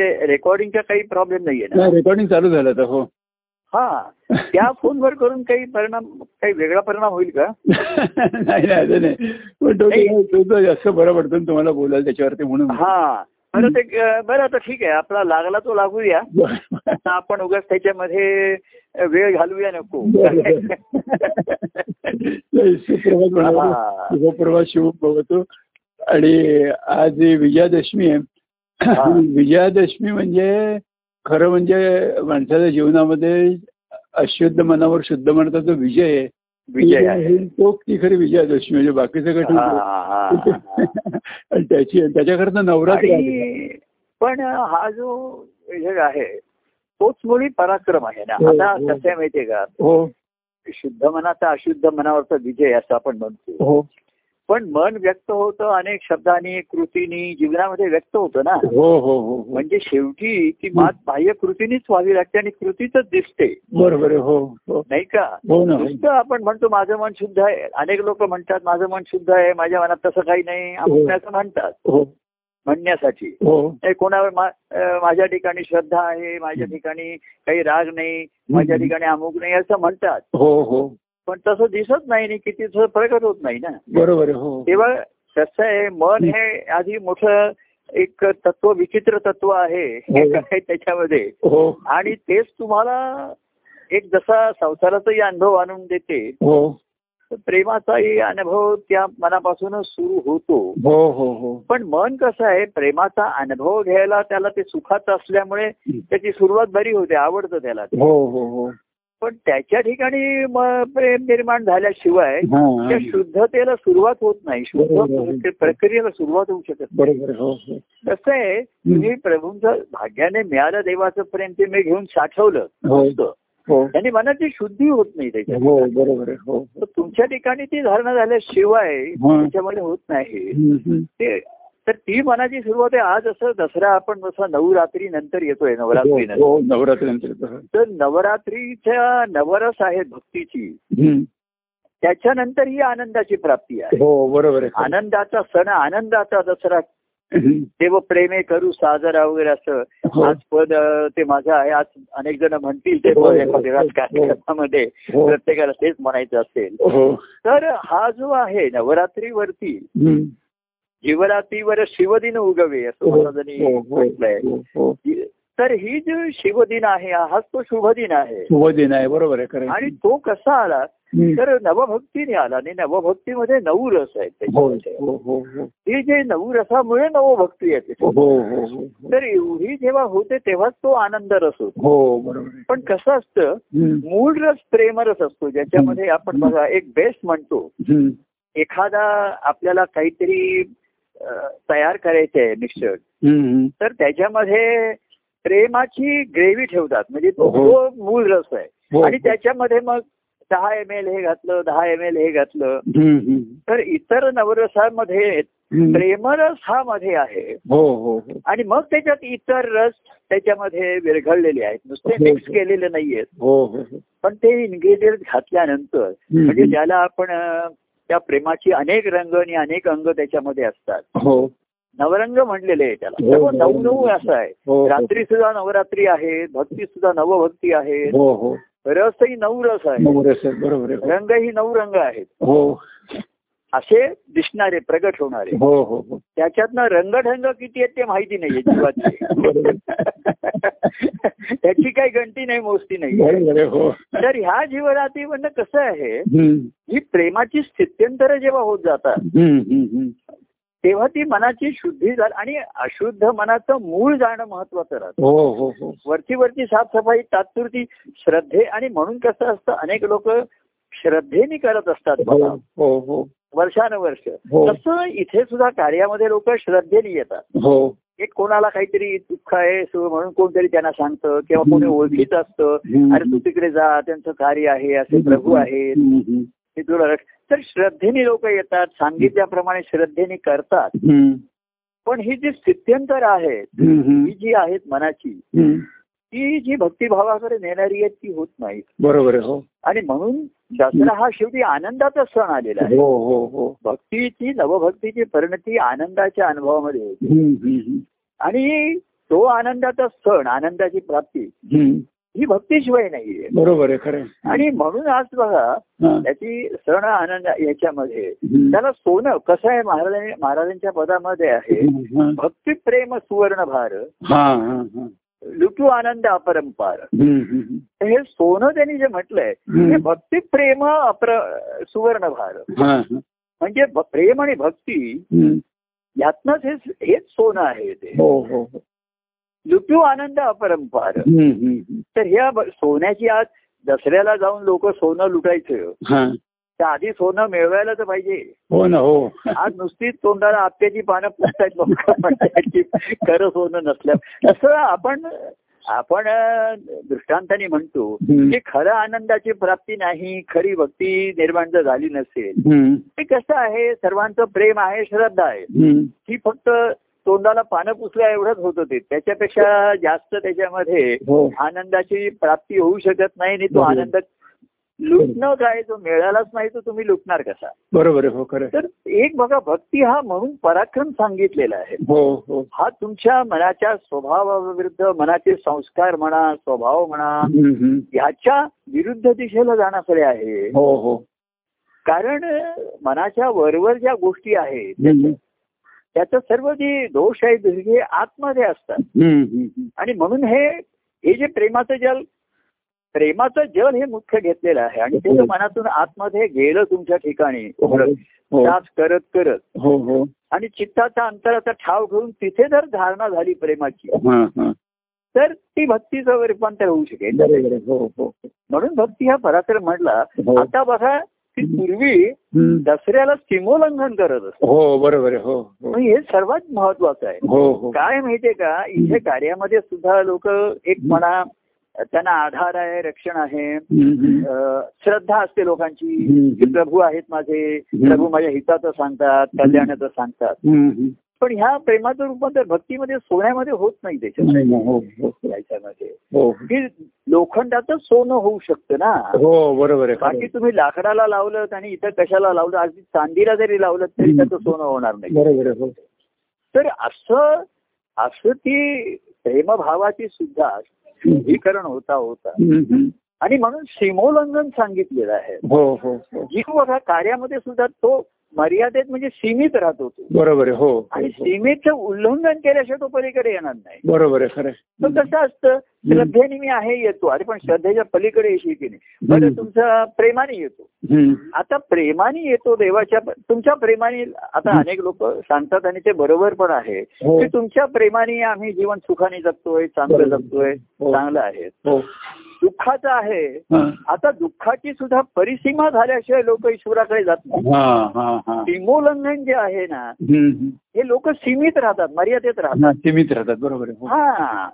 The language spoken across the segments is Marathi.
ते रेकॉर्डिंगचा काही प्रॉब्लेम नाहीये ना नाही रेकॉर्डिंग चालू झालं आता हो हा त्या फोनवर करून काही परिणाम काही वेगळा परिणाम होईल का नाही नाही असं नाही पण तो नाही. तो- तो जास्त बरं पडतो ना तुम्हाला बोलायला त्याच्यावरती म्हणून हा बरं ते अं, बरं आता ठीक आहे आपला लागला तो लागूया बरं. आता आपण उगाच त्याच्यामध्ये वेळ घालूया नको बरं. नाही, सुप्रभात म्हणावं. हा. शुभप्रभात शुभ भवतो आणि आज ही विजयादशमी आहे हा. विजयादशमी म्हणजे खरं म्हणजे माणसाच्या जीवनामध्ये अशुद्ध मनावर शुद्ध मनाचा जो विजय आहे विजय आहे तो ती खरी विजयादशमी म्हणजे बाकी सगळं ठीक हा, आहे. हा, हा. आणि त्याची त्याच्याकरता नवरात्र आहे. आणि पण हा जो हे आहे तोच मुळी पराक्रम आहे ना हो, आता हो. कसं आहे माहितीये का हो शुद्ध मनाचा अशुद्ध मनावरचा विजय असं आपण म्हणतो हो पण मन व्यक्त होतं अनेक शब्दांनी कृतीनी जीवनामध्ये व्यक्त होतं ना हो हो हो हो. म्हणजे शेवटी ती मात बाह्य कृतीनीच व्हावी लागते आणि कृतीच दिसते बरोबर आहे. हो हो नाही का हो ना हो. नुसतं आपण म्हणतो माझं मन शुद्ध आहे अनेक लोक म्हणतात माझं मन शुद्ध आहे माझ्या मनात तसं काही नाही आपण असं म्हणतात हो म्हणण्यासाठी हो नाही, कोणावर मा- अं, माझ्या ठिकाणी श्रद्धा आहे माझ्या ठिकाणी काही राग नाही माझ्या ठिकाणी अमुक नाही असं म्हणतात हो हो पण तसं दिसत नाही आणि किती तसं प्रगत होत नाही ना बरोबर आहे. हो तेव्हा कसं आहे मन हे आधी मोठं एक तत्व विचित्र तत्व आहे हे हो. काय त्याच्यामध्ये हो आणि तेच तुम्हाला एक जसा संसाराचाही अनुभव आणून देते हो तर प्रेमाचाही अनुभव त्या मनापासूनच सुरू होतो हो हो हो पण मन कसं आहे प्रेमाचा अनुभव घ्यायला त्याला ते सुखाचं असल्यामुळे त्याची सुरुवात बरी होते आवडतं त्याला ते. हो हो हो पण त्याच्या ठिकाणी म- प्रेम निर्माण झाल्याशिवाय हा, त्या हा. शुद्धतेला सुरुवात होत नाही बरोबर. शुद्ध प्रक्रियेला सुरुवात होऊ शकत नाही. बरोबर आहे. हो हो कसं आहे तुम्ही प्रभूंचं भाग्याने मिळालं देवाचं प्रेम ते मी घेऊन साठवलं हो. होतं. हो त्याने मनाची शुद्धी होत नाही त्याच्यात हो बरोबर आहे. हो तर तुमच्या ठिकाणी ती धारणा झाल्याशिवाय हा. त्याच्यामध्ये होत नाही हम्म, हम्म. ते तर ती मनाची सुरुवात आहे आज असं दसरा आपण जसा नवरात्री नंतर येतोय नवरात्री हो नवरात्रीनंतर तर. तर नवरात्रीच्या नवरस आहेत भक्तीची हम्म. त्याच्यानंतर ही आनंदाची प्राप्ती आहे हो बरोबर आहे. आनंदाचा सण आनंदाचा दसरा हम्म. देव प्रेमे करू साजरा वगैरे असं हो आज पद अं, ते माझं आहे आज अनेक जण म्हणतील ते हो, पद हो, एका देवात हो. कार्यक्रमामध्ये हो प्रत्येकाला तेच म्हणायचं असेल हो तर हा जो आहे नवरात्रीवरती हम्म. शिवरात्रीवर शिवदिन उगवे असं हो, महाराजांनी हो, हो, म्हटलंय हो, हो. तर ही जी शिवदिन आहे हाच तो शुभदिन आहे शुभ दिन आहे बरोबर आहे खरं आणि आहे. तो कसा आला हम्म. तर नवभक्तीने आला आणि नवभक्तीमध्ये नऊ रस आहेत हो त्याच्यामध्ये हो हो हो ही जे नऊ रसामुळे नवभक्ती येते हो हो हो तर एवढी जेव्हा होते तेव्हाच तो आनंद रस होतो हो बरोबर आहे. पण कसं असतं हम्म. मूळ रस प्रेमरस असतो ज्याच्यामध्ये आपण बघा एक बेस्ट म्हणतो हम्म. एखादा आपल्याला काहीतरी अं, तयार करायचे आहे मिक्सर हम्म, हम्म. तर त्याच्यामध्ये प्रेमाची ग्रेव्ही ठेवतात म्हणजे तो हो. तो मूळ रस आहे हो. आणि त्याच्यामध्ये मग दहा एम एल हे घातलं दहा एम एल हे घातलं हम्म, हम्म. तर इतर नवरसामध्ये हम्म. प्रेमरस हा मध्ये आहे हो हो हो आणि मग त्याच्यात इतर रस त्याच्यामध्ये विरघळलेले आहेत नुसते हो. मिक्स केलेले नाहीयेत हो हो हो पण ते इन्ग्रेडियंट घातल्यानंतर म्हणजे हम्म. ज्याला आपण अं, त्या प्रेमाची अनेक रंग आणि अनेक अंग त्याच्यामध्ये असतात हो नवरंग म्हणलेले आहे त्याला हो, सर्व हो. नऊ नऊ असं आहे हो हो. रात्री सुद्धा नवरात्री आहे भक्ती सुद्धा नवभक्ती आहे हो हो रस ही नऊ रस आहे बरोबर आहे सर बरोबर आहे रंग ही नऊ रंग आहेत हो असे दिसणारे प्रगट होणारे हो हो हो त्याच्यातनं रंगढंग किती आहेत ते माहिती नाहीये बरोबर जीवाची त्याची काही गणती नाही मोजती नाही बरोबर आहे हो तर ह्या जीवनातीमधनं कसं आहे हम्म. ही प्रेमाची स्थित्यंतर जेव्हा होत जातात हम्म, हम्म, हम्म. तेव्हा ती मनाची शुद्धी झाली आणि अशुद्ध मनाचं मूळ जाणं महत्वाचं राहतं हो हो हो वरती वरती साफसफाई तात्पुरती श्रद्धे आणि म्हणून कसं असतं अनेक लोक श्रद्धेने करत असतात बघा हो हो हो वर्षानुवर्ष हो. तसं इथे सुद्धा कार्यामध्ये लोक श्रद्धेने येतात हो एक कोणाला काहीतरी दुःख आहे सु- म्हणून कोणतरी त्यांना सांगतं किंवा हम्म. कोणी ओळखीत असतं हम्म. अरे तू तिकडे जा त्यांचं कार्य आहे असे प्रभू आहेत हम्म, हम्म. ते तुला रक्ष- तर श्रद्धेने लोक येतात सांगितल्याप्रमाणे श्रद्धेने करतात हम्म, पण ही जी स्थित्यंतर आहेत हम्म, ही हम्म. जी आहेत मनाची हम्म. ती जी भक्तिभावाकडे नेणारी आहे ती होत नाही बरोबर आहे हो आणि म्हणून दसरा हा शेवटी आनंदाचा सण आलेला आहे हो हो हो भक्तीची नवभक्तीची परिणती आनंदाच्या अनुभवामध्ये होती हम्म, हम्म, हम्म. आणि तो आनंदाचा सण आनंदाची प्राप्ती हम्म. ही भक्तीशिवाय नाहीये बरोबर आहे खरं आहे. आणि म्हणून आज बघा हा. त्याची सण आनंद याच्यामध्ये हम्म. त्याला सोनं कसं आहे महाराजांनी महाराजांच्या पदामध्ये आहे हा. भक्ती प्रेम सुवर्ण भार हा, हा, हा. लुटू आनंद अपरंपार हम्म, हम्म, तर हे सोनं त्यांनी जे म्हटलंय ते हम्म. म्हणजे भक्ती प्रेम अप्र सुवर्ण भार हा, हा. म्हणजे भ- प्रेम आणि भक्ती हम्म. यातनंच हे हेच सोनं आहे ते हो हो हो. लुटू आनंद अपरंपार हम्म, हम्म, हम्म. तर ह्या ब- सोन्याची आज दसऱ्याला जाऊन लोक सोनं लुटायचं हा. तर आधी सोनं मिळवायला तर पाहिजे हो ना हो आज नुसतीच तोंडाला आत्याची पानं फुटतायत लोक म्हणतायत की खरं सोनं नसल्या असं आपण आपण अं, दृष्टांताने म्हणतो हम्म. की खरं आनंदाची प्राप्ती नाही खरी भक्ती निर्माण जर झाली नसेल हम्म, ते कसं आहे सर्वांचं प्रेम आहे श्रद्धा आहे हम्म. ही फक्त तोंडाला पानं पुसल्या एवढंच होत ते त्याच्यापेक्षा जास्त त्याच्यामध्ये हो आनंदाची प्राप्ती होऊ शकत नाही आणि तो बरोबर. आनंद लुटणं काय जो मिळालाच नाही तो तुम्ही लुटणार कसा बरोबर आहे हो खरं आहे. तर एक बघा भक्ती हा म्हणून पराक्रम सांगितलेला आहे हो हो हा तुमच्या मनाच्या स्वभावाविरुद्ध मनाचे संस्कार म्हणा स्वभाव म्हणा हम्म, हम्म. ह्याच्या विरुद्ध दिशेला जाण्याकडे आहे हो हो कारण मनाच्या वरवर ज्या गोष्टी आहेत हम्म, त्याचं सर्व जे दोष आहेत हे आतमध्ये असतात हम्म, हम्म. आणि म्हणून हे हे जे प्रेमाचं जल प्रेमाचं जल हे मुख्य घेतलेलं आहे आणि ते जर मनातून आतमध्ये गेलं तुमच्या ठिकाणी हो त्याग करत करत हो हो आणि चित्ताचा अंतराचा ठाव घेऊन तिथे जर धारणा झाली प्रेमाची हा हा तर ती भक्तीचं रूपांतर होऊ शकेल बरोबर आहे. हो हो म्हणून भक्ती हा पराक्रम म्हटला हो आता बघा की पूर्वी हम्म. दसऱ्याला सीमोल्लंघन करत असत हो बरोबर आहे. हो हो म्हणजे हे सर्वात महत्वाचं आहे हो हो काय माहितीये का इथे कार्यामध्ये सुद्धा लोक एक म्हणा त्यांना आधार आहे रक्षण आहे हम्म, अ, श्रद्धा असते लोकांची हम्म. की प्रभू आहेत माझे हम्म. प्रभू माझ्या हिताचं सांगतात कल्याणाचं सांगतात हम्म, हम्म. पण ह्या प्रेमाचं रूपांतर भक्तीमध्ये सोन्यामध्ये होत नाही त्याच्यामध्ये नाही, नाही. हो हो याच्यामध्ये हो की लोखंडाचं सोनं होऊ शकतं ना हो बरोबर आहे खरं बाकी आहे. तुम्ही लाकडाला लावलं आणि इथं कशाला लावलं अगदी चांदीला जरी लावलं तरी हम्म. त्याचं सोनं होणार नाही बरोबर आहे. हो तर असं असं ती प्रेमभावाची सुद्धा शुद्धीकरण होता होता हम्म, हम्म. आणि म्हणून सीमोल्लंघन सांगितलेलं आहे हो हो हो जीव बघा कार्यामध्ये सुद्धा तो मर्यादेत म्हणजे सीमित राहत होतो बरोबर आहे. हो आणि हो. सीमेचं उल्लंघन केल्याशिवाय तो पलीकडे येणार नाही बरोबर आहे खरं आहे. मग कसं असतं श्रद्धेने मी आहे येतो अरे पण श्रद्धेच्या पलीकडे येशील की नाही बरं हम्म. तुमचा प्रेमाने येतो हम्म. आता प्रेमाने येतो देवाच्या तुमच्या प्रेमाने आता अनेक लोक सांगतात आणि ते बरोबर पण आहे हो की तुमच्या प्रेमाने आम्ही जीवन सुखाने जगतोय चांगलं बरोबर. जगतोय हो. चांगलं आहे हो दुःखाचं आहे हा आता दुःखाची सुद्धा परिसीमा झाल्याशिवाय लोक ईश्वराकडे जात नाही हा हा हा सीमोल्लंघन जे आहे ना हम्म, हम्म. हे लोक सीमित राहतात मर्यादेत राहतात हा, सीमित राहतात बरोबर आहे. हो. हा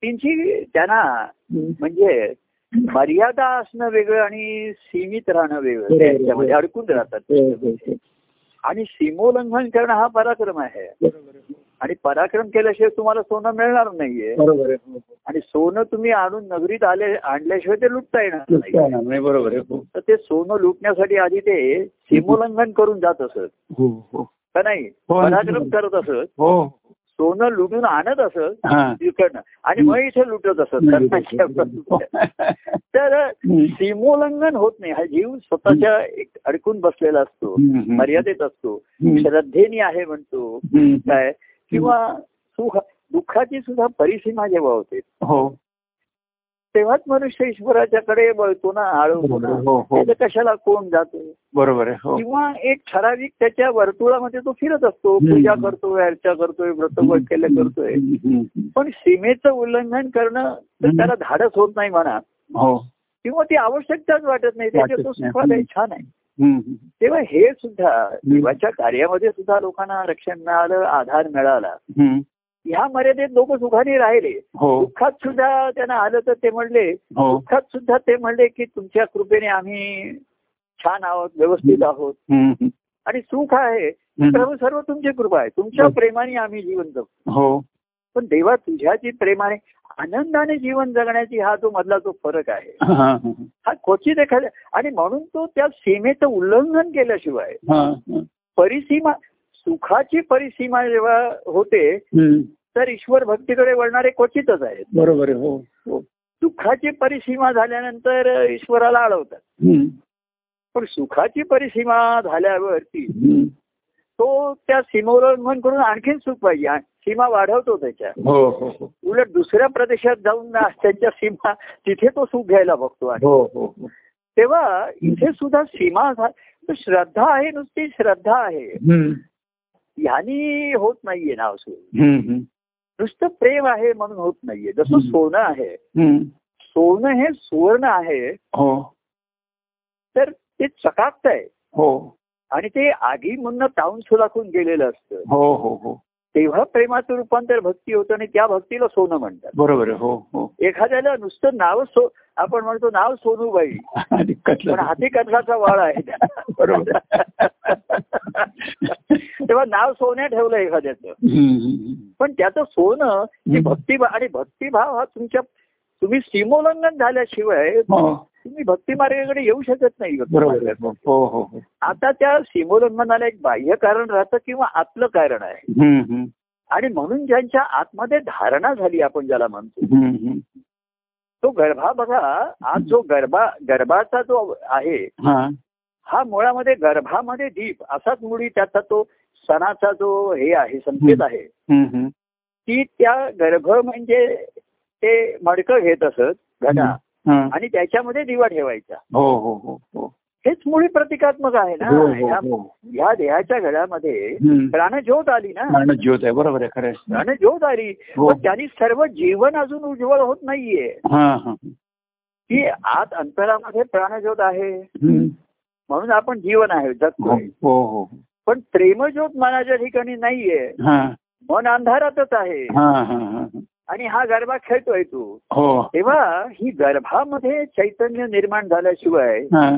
त्यांची त्यांना हम्म. म्हणजे मर्यादा असणं वेगळं आणि सीमित राहणं वेगळं बरोबर. त्यांच्यामध्ये अडकून राहतात हो, हो, हो. आणि सीमोल्लंघन करणं हा पराक्रम आहे बरोबर आहे. आणि पराक्रम केल्याशिवाय तुम्हाला सोनं मिळणार नाहीये बरोबर आहे. हो, हो. आणि सोनं तुम्ही आणून नगरीत आले आणल्याशिवाय ते लुटता येणार दुसरं नाही आहे ना, म्हणजे बरोबर आहे. हो तर ते सोनं लुटण्यासाठी आधी ते सीमोल्लंघन करून जात असत हो हो का नाही हो, आणि- पराक्रम करत असत हो सोनं लुटून आणत असत हा तिकडनं आणि मग इथे लुटत असत तर सीमोल्लंघन होत नाही हा जीव स्वतःच्या एक अडकून बसलेला असतो मर्यादेत असतो श्रद्धेने आहे म्हणतो काय किंवा सुख दुःखाची सुद्धा परिसीमा जेव्हा होते हो तेव्हाच मनुष्य ईश्वराच्याकडे वळतो ना आळवतो ना हो हो त्याचं कशाला कोण जातो बरोबर आहे हो किंवा एक ठराविक त्याच्या वर्तुळामध्ये तो फिरत असतो हम्म. पूजा करतोय अर्चा करतोय व्रत केलं करतोय पण सीमेचं उल्लंघन करणं तर हम्म. त्याला धाडस होत नाही म्हणा हो किंवा ती आवश्यकताच वाटत नाही त्याच्या वाटत तो नाही. सुखालय छान आहे हम्म. तेव्हा हे सुद्धा देवाच्या कार्यामध्ये सुद्धा लोकांना रक्षण मिळालं आधार मिळाला हम्म. ह्या मर्यादेत लोक सुखाने राहिले हो दुःखात सुद्धा त्यांना आलं तर ते म्हणले हो दुःखात सुद्धा ते म्हणले की तुमच्या कृपेने आम्ही छान आहोत व्यवस्थित आहोत हम्म. आणि सुख आहे हम्म. प्रभू सर्व तुमची कृपा आहे तुमच्या बस. प्रेमाने आम्ही जीवन जगतो हो पण देवा तुझ्या जी प्रेमाने आनंदाने जीवन जगण्याची हा जो मधला जो फरक आहे हा हा हा. हा क्वचित एखाद्या आणि म्हणून तो त्या सीमेचं उल्लंघन केल्याशिवाय हा, हा. परिसीमा सुखाची परिसीमा जेव्हा होते हम्म. तर ईश्वर भक्तीकडे वळणारे क्वचितच आहेत बरोबर आहे हो हो दुःखाची परिसीमा झाल्यानंतर ईश्वराला अडवतात हम्म. पण सुखाची परिसीमा झाल्यावरती हम्म. तो त्या सीमोल्लंघन करून आणखीन सुख पाहिजे आ- सीमा वाढवतो त्याच्या हो हो हो उलट दुसऱ्या प्रदेशात जाऊन ना त्यांच्या सीमा तिथे तो सुख घ्यायला बघतो आणि हो हो हो. तेव्हा इथे सुद्धा सीमा झा- तर श्रद्धा आहे नुसती श्रद्धा आहे हम्म. ह्यानी होत नाहीये ना असं हम्म, हम्म. नुसतं प्रेम आहे म्हणून होत नाहीये जसं हम्म. सोनं आहे हम्म. सोनं हे सुवर्ण आहे हो तर ते चकाकत आहे हो आणि ते आगीमधनं तावून सुलाखून गेलेलं असतं हो हो हो तेव्हा प्रेमाचं रूपांतर भक्ती होतं आणि त्या भक्तीला सोनं म्हणतात बरोबर आहे हो हो एखाद्याला नुसतं नाव सो आपण म्हणतो नाव सोनूबाई आणि पण कसलं हाती कटलाचा वाळ आहे त्याला. बरोबर तेव्हा नाव सोन्या ठेवलं एखाद्याचं हम्म, हम्म, पण त्याचं सोनं हे हम्म. भक्तिभाव आणि भक्तिभाव हा तुमच्या तुम्ही सीमोल्लंघन झाल्याशिवाय हो तुम्ही भक्ती मार्गाकडे येऊ शकत नाही बरोबर आहे. भक्तिमार्गाकडे. हो हो हो आता त्या सीमोल्लंघनाला एक बाह्य कारण राहतं किंवा आतलं कारण आहे हम्म, हम्म, आणि म्हणून ज्यांच्या आतमध्ये धारणा झाली आपण ज्याला म्हणतो हम्म, हम्म. तो गर्भा बघा आज जो गर्भा गर्भाचा जो आहे हा हा मुळामध्ये गर्भामध्ये दीप असाच मुळी त्याचा तो सणाचा जो हे आहे संकेत आहे हम्म, हम्म. ती त्या गर्भ म्हणजे ते मडकं घेत असत घडा हा. आणि त्याच्यामध्ये दिवा ठेवायचा हो हो हो हो हेच मुळी प्रतिकात्मक आहे ना हो, हो, ह्या- हो. ह्या देहाच्या घडामध्ये हम्म. प्राणज्योत आली ना कारण ज्योत आहे बरोबर आहे खरं आहे. प्राणज्योत आली हो. पण त्यानी सर्व जीवन अजून उज्ज्वल होत नाहीये हा हा ती आत अंतरामध्ये प्राणज्योत आहे हम्म. म्हणून आपण जीवन आहे हो जगतोय हो हो पण प्रेमज्योत मनाच्या ठिकाणी नाहीये हा मन अंधारातच आहे हा हा हा आणि हा गरबा खेळतोय तू हो तेव्हा ही गर्भामध्ये चैतन्य निर्माण झाल्याशिवाय हा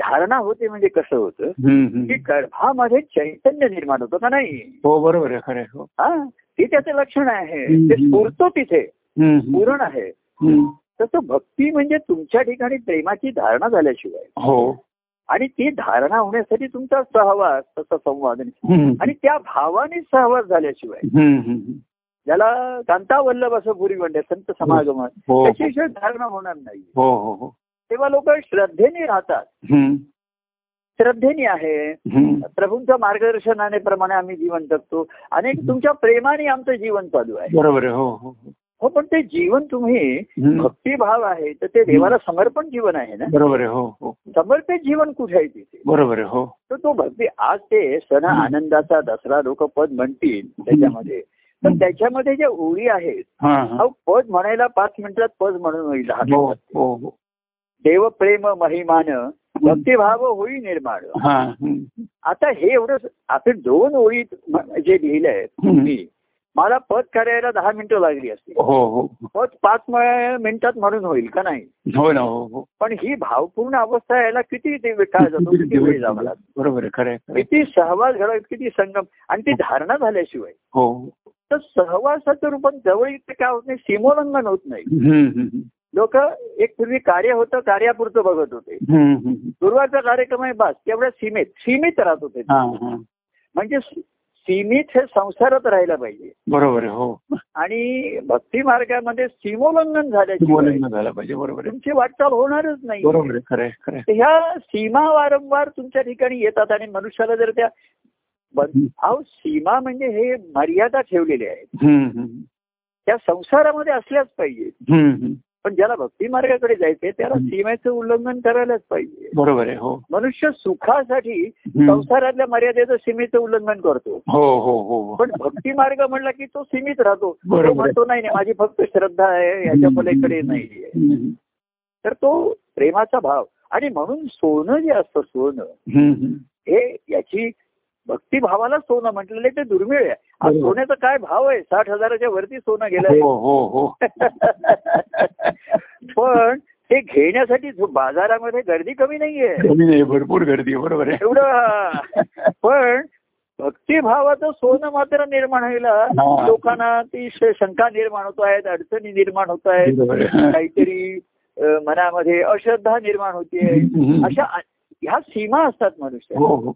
धारणा होते म्हणजे कसं होतं हम्म, की हम्म. गर्भामध्ये चैतन्य निर्माण होतं का नाही हो बरोबर आहे खरं आहे. हो हा ते त्याचं लक्षण आहे हम्म. ते स्फूर्तो तिथे हम्म, हम्म. पूर्ण आहे हम्म. तसं भक्ती म्हणजे तुमच्या ठिकाणी प्रेमाची धारणा झाल्याशिवाय हो आणि ती धारणा होण्यासाठी तुमचा सहवास तसा संवाद हम्म. आणि त्या भावाने सहवास झाल्याशिवाय हम्म, हम्म. ज्याला कांतावल्लभ असं पूर्वी म्हणते संत समागमन हो हो त्याच्याशिवाय धारणा होणार नाही हो हो हो तेव्हा लोक श्रद्धेने राहतात हम्म, श्रद्धेने आहे हम्म. प्रभूंच्या मार्गदर्शनाने प्रमाणे आम्ही जीवन जगतो अनेक तुमच्या प्रेमाने आमचं जीवन चालू आहे बरोबर आहे हो हो हो. हो पण ते जीवन तुम्ही हम्म. भक्तिभाव आहे तर ते देवाला समर्पण जीवन आहे ना बरोबर आहे हो हो समर्पित जीवन कुठे आहे तिथे बरोबर आहे हो तर तो भक्ती आज ते सण हं. आनंदाचा दसरा लोक पद म्हणतील त्याच्यामध्ये तर हं. त्याच्यामध्ये ज्या ओळी आहेत हा हा अहो पद म्हणायला पाच मिनिटात पद म्हणून होईल लहान हो मुलाचं. हो हो देव प्रेम महिमान भक्तिभाव होई निर्माण हा हम्म. आता हे एवढं आपण दोन ओळी म- जे लिहिलंय हं. मी मला पद करायला दहा मिनिटं लागली असती हो हो पद पाच म- मिनिटात म्हणून होईल का नाही हो ना हो हो पण ही भावपूर्ण अवस्था यायला किती ते काळ जातो किती वेळ जावा लागतो बरोबर आहे खरं आहे, खरं आहे. किती सहवास घडा किती संगम आणि ती धारणा झाल्याशिवाय हो तर सहवासाचं रूपात जवळ इथे काय होत नाही सीमोल्लंघन होत नाही हम्म, हम्म. लोक एक पूर्वी कार्य होतं कार्यापुरतं बघत होते हम्म, हम्म. दुर्वाचा कार्यक्रम आहे बस तेवढ्या सीमेत सीमित राहत होते हा हा म्हणजे सी- सीमित हे संसारात राहायला पाहिजे बरोबर आहे हो आणि भक्ती मार्गामध्ये सीमोल्लंघन झाल्याशिवाय बोलणं झालं पाहिजे बरोबर आहे तुमची वाटचाल होणारच नाही बरोबर आहे खरं आहे, खरं आहे. तर ह्या सीमा वारंवार तुमच्या ठिकाणी येतात आणि मनुष्याला जर त्या ब- अहो सीमा म्हणजे हे मर्यादा ठेवलेल्या आहेत हम्म, हम्म. त्या संसारामध्ये असल्याच पाहिजे हम्म, हम्म. पण ज्याला भक्ती मार्गाकडे जायचंय त्याला हं. सीमेचं उल्लंघन करायलाच पाहिजे बरोबर आहे हो मनुष्य सुखासाठी हम्म. संसारातल्या मर्यादेचं सीमेचं उल्लंघन करतो हो हो हो पण भक्ती मार्ग म्हणला की तो सीमित राहतो बरोबर तो आहे. म्हणतो नाही नाही माझी फक्त श्रद्धा आहे याच्या पलीकडे नाहीये हम्म, तर तो प्रेमाचा भाव आणि म्हणून सोनं जे असतं सोनं हम्म, हम्म. हे याची भक्तिभावाला सोनं म्हटलेलं ते दुर्मिळ आहे आज बरोबर. सोन्याचा काय भाव आहे साठ हजाराच्या वरती सोनं गेलं हो हो हो पण ते घेण्यासाठी जो बाजारामध्ये गर्दी कमी नाहीये कमी नाही भरपूर गर्दी आहे, बरोबर आहे एवढं पण भक्तिभावाचं सोनं मात्र निर्माण व्हायला हा. लोकांना ती श- शंका निर्माण होत आहेत अडचणी निर्माण होत आहेत बरोबर आहे. काहीतरी अ, मनामध्ये अश्रद्धा निर्माण होते हम्म, हम्म. अशा अ- ह्या सीमा असतात मनुष्य हो हो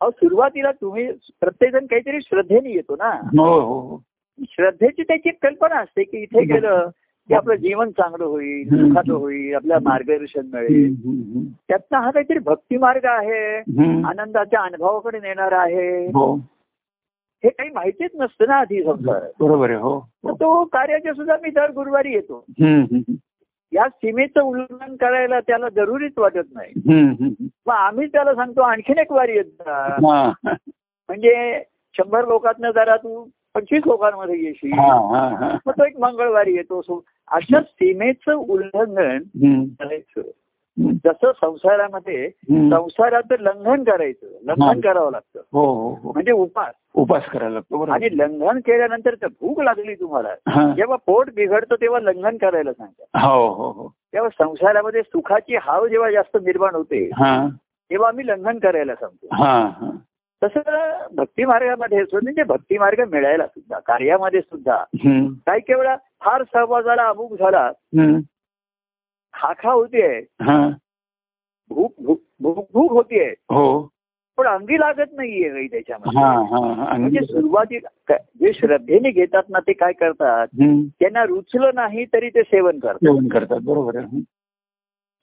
अहो सुरुवातीला तुम्ही प्रत्येकजण काहीतरी श्रद्धेने येतो ना हो हो श्रद्धेची त्याची एक कल्पना असते की इथे गेलं की आपलं जीवन चांगलं होईल हम्म. सुखाचं होईल आपल्याला मार्गदर्शन मिळेल हम्म, हम्म, त्यातनं हा काहीतरी भक्ती मार्ग आहे हम्म. आनंदाच्या अनुभवाकडे नेणार आहे हो हे काही माहितीच नसतं ना आधी समजा बरोबर आहे हो तर तो कार्याच्या सुद्धा मी दर गुरुवारी येतो हम्म, हम्म, या सीमेचं उल्लंघन करायला त्याला जरुरीच वाटत नाही हम्म, हम्म. मग आम्ही त्याला सांगतो आणखीन एक वारी येत जा. हा, हा, म्हणजे शंभर लोकांना जरा तू पंचवीस लोकांमध्ये येशील हा, हा. मग तो एक मंगळवारी येतो सो- अशा सीमेचं उल्लंघन हम्म, करायचं हम्म, जसं संसारामध्ये हम्म. संसाराचं लंघन करायचं हा. लंघन करावं लागतं हो हो हो म्हणजे उपास उपास करायला लागतो बरोबर आणि लंघन केल्यानंतर तर भूक लागली तुम्हाला हा. जेव्हा पोट बिघडतं तेव्हा लंघन करायला सांगतात हो हो हो तेव्हा संसारामध्ये सुखाची हाव जेव्हा जास्त निर्माण होते हा तेव्हा आम्ही लंघन करायला सांगतो हा हा तसं भक्ती मार्गामध्ये सुद्धा म्हणजे भक्ती मार्ग मिळायला सुद्धा कार्यामध्ये सुद्धा हम्म, काही काही वेळा फार सहभाग झाला अमुक झाला हम्म. खाखा होतीये हा भूक भूक भूक भूक होतीये हो पण अंगी लागत नाहीये काही हा त्याच्यामध्ये हा हा. म्हणजे सुरुवातीला क- जे श्रद्धेने घेतात ना ते काय करतात हम्म. त्यांना रुचलं नाही तरी ते सेवन करतात जेवण करतात बरोबर आहे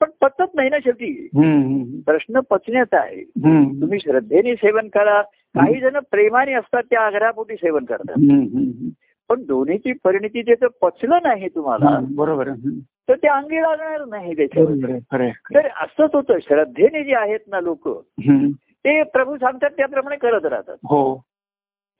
पण पचत नाही ना शेवटी हम्म, हम्म, प्रश्न पचण्याचा आहे हम्म. तुम्ही श्रद्धेने सेवन करा काही जण प्रेमाने असतात त्या आग्रहापोटी सेवन करतात हम्म, हम्म, पण दोन्हीची परिणिती जे जर पचलं नाही तुम्हाला हम्म. बरोबर आहे हम्म. तर ते अंगी लागणार नाही बरोबर त्याच्यावर आहे खरं आहे. तर असंच होतं श्रद्धेने जे आहेत ना लोक हम्म. ते प्रभू सांगतात त्याप्रमाणे करत राहतात हो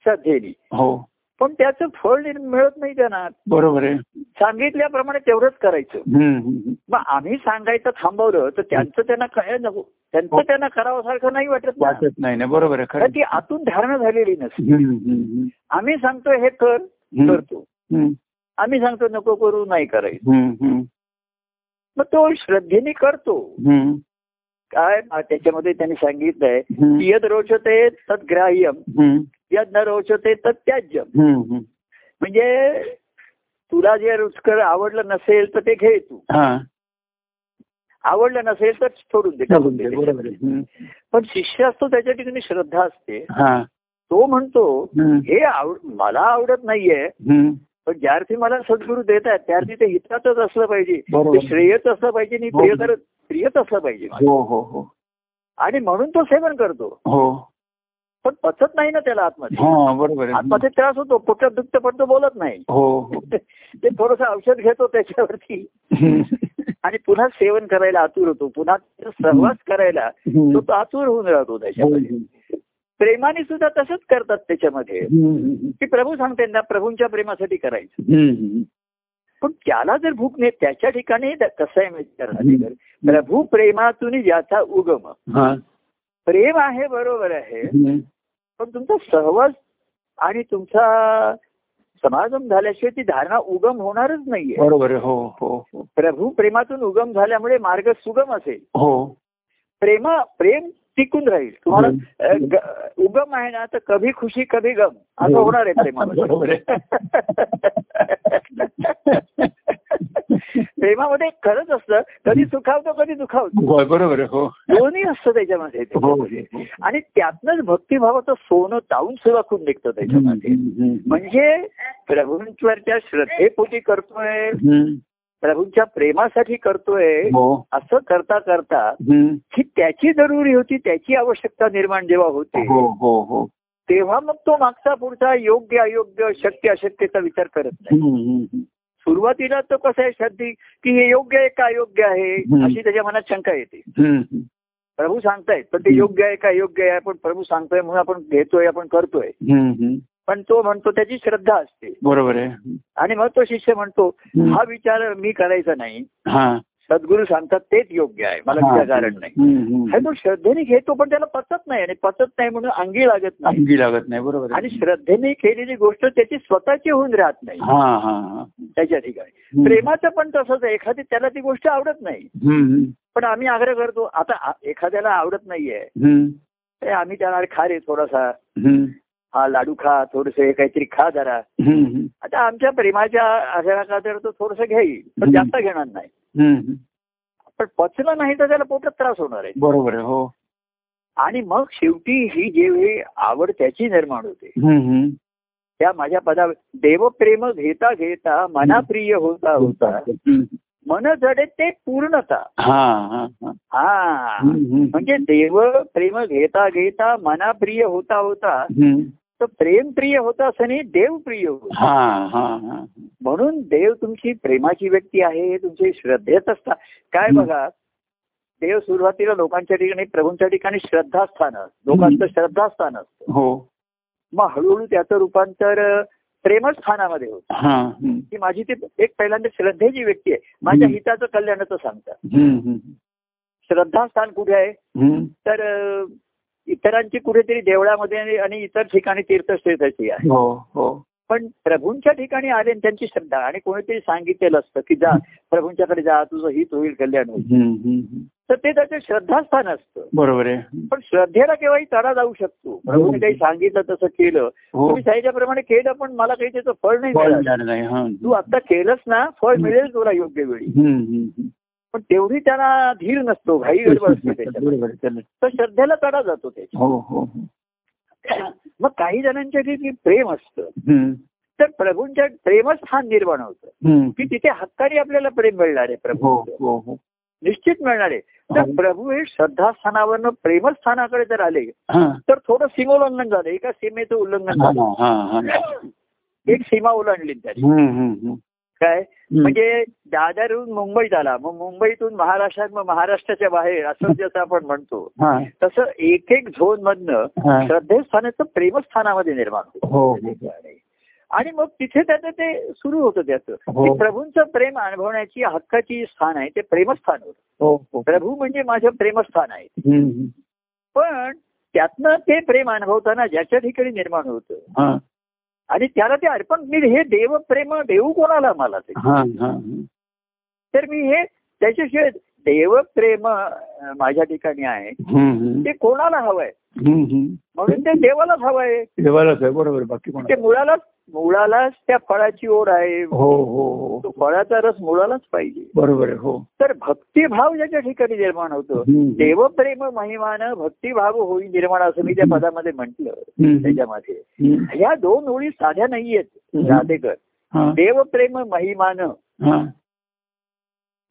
श्रद्धेने हो पण त्याचं फळ नि- मिळत नाही त्यांना बरोबर आहे सांगितल्याप्रमाणे तेवढंच करायचं हम्म, हम्म. मग आम्ही सांगायचं थांबवलं तर त्यांचं त्यांना काय नको त्यांचं त्यांना करावंसारखं नाही वाटत ना. हो. वाटत नाही ना बरोबर आहे खरं कारण आहे. ती आतून धारणा झालेली नसते हम्म, हम्म, आम्ही सांगतो हे कर हम्म. करतो हम्म, आम्ही सांगतो नको करू नाही करायचं हम्म, हम्म, मग तो श्रद्धेने करतो हम्म, काय आ, त्याच्यामध्ये त्यांनी सांगितलंय हम्म, यद रोचते तत् ग्राह्यम हम्म, यद न रोचते तत् त्याज्यम हम्म, हम्म. म्हणजे तुला जे रुचकर आवडलं नसेल तर ते घे तू हा आवडलं नसेल तर सोडून दे टाकून दे बरोबर आहे. हम्म. पण शिष्य असतो त्याच्या ठिकाणी श्रद्धा असते हा तो म्हणतो हम्म, हे आवड मला आवडत नाहीये हम्म. पण ज्या अर्थी मला सद्गुरू देत आहेत त्या अर्थी ते हितातच असलं पाहिजे ते बरोबर श्रेयच असलं पाहिजे आणि हो. प्रियतर प्रियच असलं पाहिजे मला. हो हो हो आणि म्हणून तो सेवन करतो हो पण पचत नाही ना त्याला आतमध्ये हा बरोबर आहे आतमध्ये त्रास होतो पोटात दुखत पण तो बोलत नाही हो हो ते थोडस औषध घेतो त्याच्यावरती हम्म, आणि पुन्हा सेवन करायला आतुर होतो पुन्हा सहवास करायला हम्म. तो तो आतुर होऊन राहतो हो. त्याच्यामध्ये प्रेमाने सुद्धा तसंच करतात त्याच्यामध्ये हम्म, हम्म. की प्रभू सांगते ना प्रभूंच्या प्रेमासाठी करायचं हम्म, पण त्याला जर भूक नाही त्याच्या ठिकाणी द- कसं आहे माहिती का हम्म. राधिकर? प्रभू प्रेमातून ज्याचा उगम हा प्रेम आहे बरोबर आहे हम्म, पण तुमचा सहवास आणि तुमचा समागम झाल्याशिवाय ती धारणा उगम होणारच नाहीये बरोबर आहे. हो हो हो प्रभू प्रेमातून उगम झाल्यामुळे मार्ग सुगम असेल हो प्रेमा प्रेम टिकून राहील तुम्हाला अ, ग- उगम आहे ना तर कभी खुशी कभी गम असं हो. होणार आहे प्रेमामध्ये बरोबर आहे प्रेमामध्ये खरंच असतं कधी सुखावतो कधी दुखावतो होय, बरोबर आहे. हो दोन्ही असतं त्याच्यामध्ये ते. हो हो. आणि त्यातनंच भक्तिभावाचं सोनं तावून सुद्धा खूप निघतं त्याच्यामध्ये हम्म, हम्म, म्हणजे प्रभूंवरच्या श्रद्धेपोटी करतोय हम्म. प्रभूंच्या प्रेमासाठी करतोय हो असं करता करता हम्म. की त्याची जरुरी होती त्याची आवश्यकता निर्माण जेव्हा होते हो हो हो तेव्हा मग तो मागचा पुढचा योग्य अयोग्य शक्य अशक्यचा विचार करत नाही हम्म, हम्म, सुरुवातीला तो कसं आहे श्रद्धी की हे योग्य आहे का अयोग्य आहे हम्म. अशी त्याच्या मनात शंका येते हम्म, हम्म. प्रभू सांगतायत पण ते हम्म. योग्य आहे का योग्य आहे आपण प्रभू सांगतोय म्हणून आपण घेतोय आपण करतोय हम्म, हम्म. पण तो म्हणतो त्याची श्रद्धा असते बरोबर आहे आणि मग तो शिष्य म्हणतो हम्म. हा विचार मी करायचा नाही हा सद्गुरू सांगतात तेच योग्य आहे मला हा. विचार कारण नाही हम्म, हम्म. हा तो श्रद्धेने घेतो पण त्याला पचत नाही आणि पचत नाही म्हणून अंगी लागत नाही अंगी लागत नाही बरोबर आणि आहे. श्रद्धेने केलेली गोष्ट त्याची स्वतःची होऊन राहत नाही हा हा हा त्याच्या ठिकाणी हम्म. प्रेमाचं पण तसंच आहे एखादी त्याला ती गोष्ट आवडत नाही हम्म, हम्म, पण आम्ही आग्रह करतो आता आ- एखाद्याला आवडत नाहीये हम्म, ते आम्ही त्याला "अरे खा रे थोडासा हम्म, हा लाडू खा थोडस हे काहीतरी खा जरा हम्म, हम्म, आता आमच्या प्रेमाच्या आग्रहाखातर तो थोडस घेईल पण हम्म. जास्त घेणार नाही हम्म. पण पचलं नाही तर त्याला पोटात त्रास होणार आहे बरोबर आहे हो आणि मग शेवटी ही जेवढी आवड त्याची निर्माण होते हम्म, त्या माझ्या पदा देवप्रेम घेता घेता मनाप्रिय होता होता हम्म. मन जडे ते पूर्णता हा हा हा. हा हम्म, हम्म. म्हणजे देव प्रेम घेता घेता मनाप्रिय होता होता हम्म. तर प्रेम प्रिय होता असं नाही देव प्रिय होता हा हा हा म्हणून देव तुमची प्रेमाची व्यक्ती आहे तुमची श्रद्धेत असता काय हं. बघा देव सुरुवातीला लोकांच्या ठिकाणी प्रभूंच्या ठिकाणी श्रद्धास्थान असतं लोकांचं हं. श्रद्धास्थान असतं हो मग हळूहळू त्याचं रूपांतर अ, प्रेमस्थानामध्ये होतं हा हम्म. की माझी ती एक पहिल्यांदा श्रद्धेची व्यक्ती आहे माझ्या हं. हिताचं कल्याणाचं सांगतात हम्म, हम्म. श्रद्धास्थान कुठे आहे हम्म. तर अ, इतरांची कुठेतरी देवळामध्ये आणि- आणि इतर ठिकाणी तीर्थक्षेत्राची आहे हो हो पण प्रभूंच्या ठिकाणी आले आणि त्यांची श्रद्धा आणि कोणीतरी सांगितलेलं असतं की जा प्रभूंच्याकडे जा तुझं हित होईल कल्याण होईल हम्म, हम्म, हम्म. तर ते त्याचं श्रद्धास्थान असतं बरोबर आहे पण श्रद्धेला केव्हाही चढा जाऊ शकतो प्रभूने काही सांगितलं तसं केलं हो तुम्ही सांगितल्याप्रमाणे केलं पण मला काही त्याचं फळ नाही बॉल मिळालं जाणार नाही हा तू आता केलंस ना फळ मिळेल तुला योग्य वेळी हम्म, हम्म, हम्म. पण तेवढी त्याला धीर नसतो घाई गडबड असते त्याच्यात बरोबर आहे, चालेल. तर श्रद्धेला चढा जातो हो हो हो. त्याच्या मग काही जणांच्या ठिकाणी प्रेम असतं हम्म, तर प्रभूंच्या प्रेमस्थान निर्माण होतं हम्म. की तिथे हक्काने आपल्याला प्रेम मिळणार आहे हो प्रभू हो हो निश्चित मिळणार आहे तर हो. प्रभू हे श्रद्धास्थानावरनं प्रेमस्थानाकडे जर आले हा तर थोडं सीमोल्लंघन झालं एका सीमेचं उल्लंघन हा झालं हा हा. एक सीमा ओलांडली त्याची हम्म, हम्म, हम्म. काय हो. हम्म. म्हणजे दादरहून मुंबईत आला मग मुंबईतून महाराष्ट्रात मग महाराष्ट्राच्या बाहेर असं जसं आपण म्हणतो हा तसं एक एक झोन मधनं हा. श्रद्धेस्थानाचं प्रेमस्थानामध्ये निर्माण होतं हो हो आणि मग तिथे त्याचं ते सुरू होतं त्याचं हो. की प्रभूंचं प्रेम अनुभवण्याची हक्काची स्थान आहे ते प्रेमस्थान होतं हो हो प्रभू म्हणजे माझं प्रेमस्थान आहे हम्म, हम्म. पण त्यातनं ते प्रेम अनुभवताना ज्याच्या ठिकाणी निर्माण होतं हा आणि त्याला ते अर्पण मी हे देव प्रेम देऊ कोणाला मला ते हा हा तर मी हे त्याच्याशिवाय देव प्रेम अं, माझ्या ठिकाणी आहे हम्म, हम्म. ते कोणाला हवंय हम्म, हम्म. म्हणून ते देवालाच हवंय देवालाच आहे बरोबर बाकी कोण ते मुळालाच मुळालाच त्या फळाची ओढ आहे हो हो हो तो फळाचा रस मुळालाच पाहिजे बरोबर आहे हो तर भक्तिभाव ज्याच्या ठिकाणी निर्माण होतो हम्म. देवप्रेम महिमान भक्तिभाव होई निर्माण असं मी त्या पदामध्ये म्हटलं हम्म, त्याच्यामध्ये हम्म. ह्या दोन ओळी साध्या नाहीयेत हम्म. राधेकर हा देवप्रेम महिमान हा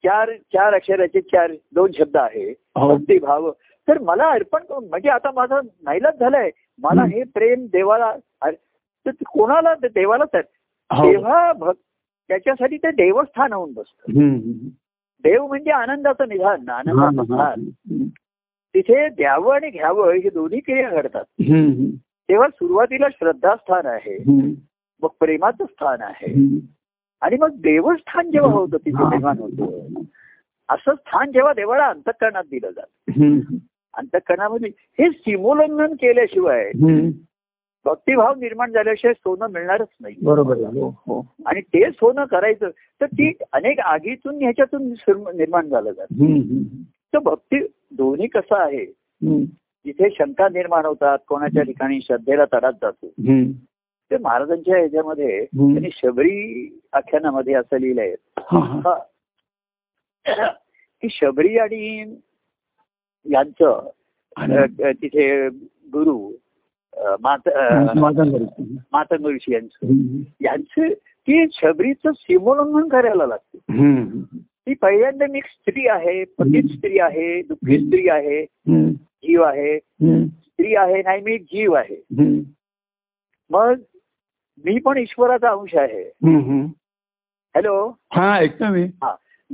चार चार अक्षराचे चार दोन शब्द आहे हो भक्तिभाव तर मला अर्पण करून म्हणजे आता माझा नाईलाच झालाय मला हम्म. हे प्रेम देवाला अर- तर ते कोणाला ते देवाला तर हो तेव्हा भक्त त्याच्यासाठी ते देवस्थान होऊन बसतं हम्म. देव म्हणजे आनंदाचं निधान आनंदाचं हा, हा. स्थान तिथे द्यावं आणि घ्यावं हे दोन्ही क्रिया घडतात हम्म. तेव्हा सुरुवातीला श्रद्धास्थान आहे हम्म. मग प्रेमाचं स्थान आहे हम्म. आणि मग देवस्थान जेव्हा होतं तिथे हा. निर्माण होतं असं स्थान जेव्हा देवाला अंतकरणात दिलं जातं हम्म. अंतकरणामध्ये हे सीमोल्लंघन केल्याशिवाय हम्म. भक्तिभाव निर्माण झाल्याशिवाय सोनं मिळणारच नाही बरोबर आहे हो हो आणि ते सोनं करायचं तर ती अनेक आगीतून ह्याच्यातून सुर- निर्माण झालं जातं हम्म. हम्म. तर भक्ती दोन्ही कसं आहे हम्म. जिथे शंका निर्माण होतात कोणाच्या ठिकाणी श्रद्धेला तडात जातो हम्म. ते महाराजांच्या ह्याच्यामध्ये हम्म. त्यांनी शबरी आख्यानामध्ये असं लिहिलं आहे हा, हा. हा. की शबरी आणि यांचं अ, अ, तिथे गुरु अ, मात अ, समाधान करतो. मातंग ऋषी यांचं हम्म. यांचं की शबरीचं सीमोल्लंघन करायला लागतं हम्म. ती पहिल्यांदा मी एक स्त्री आहे पतित स्त्री आहे दुःखी स्त्री आहे हम्म. जीव आहे हम्म. स्त्री आहे नाही मी एक जीव आहे हम्म. मग मी पण ईश्वराचा अंश आहे हम्म. हम्म. हॅलो हा ऐकतो मी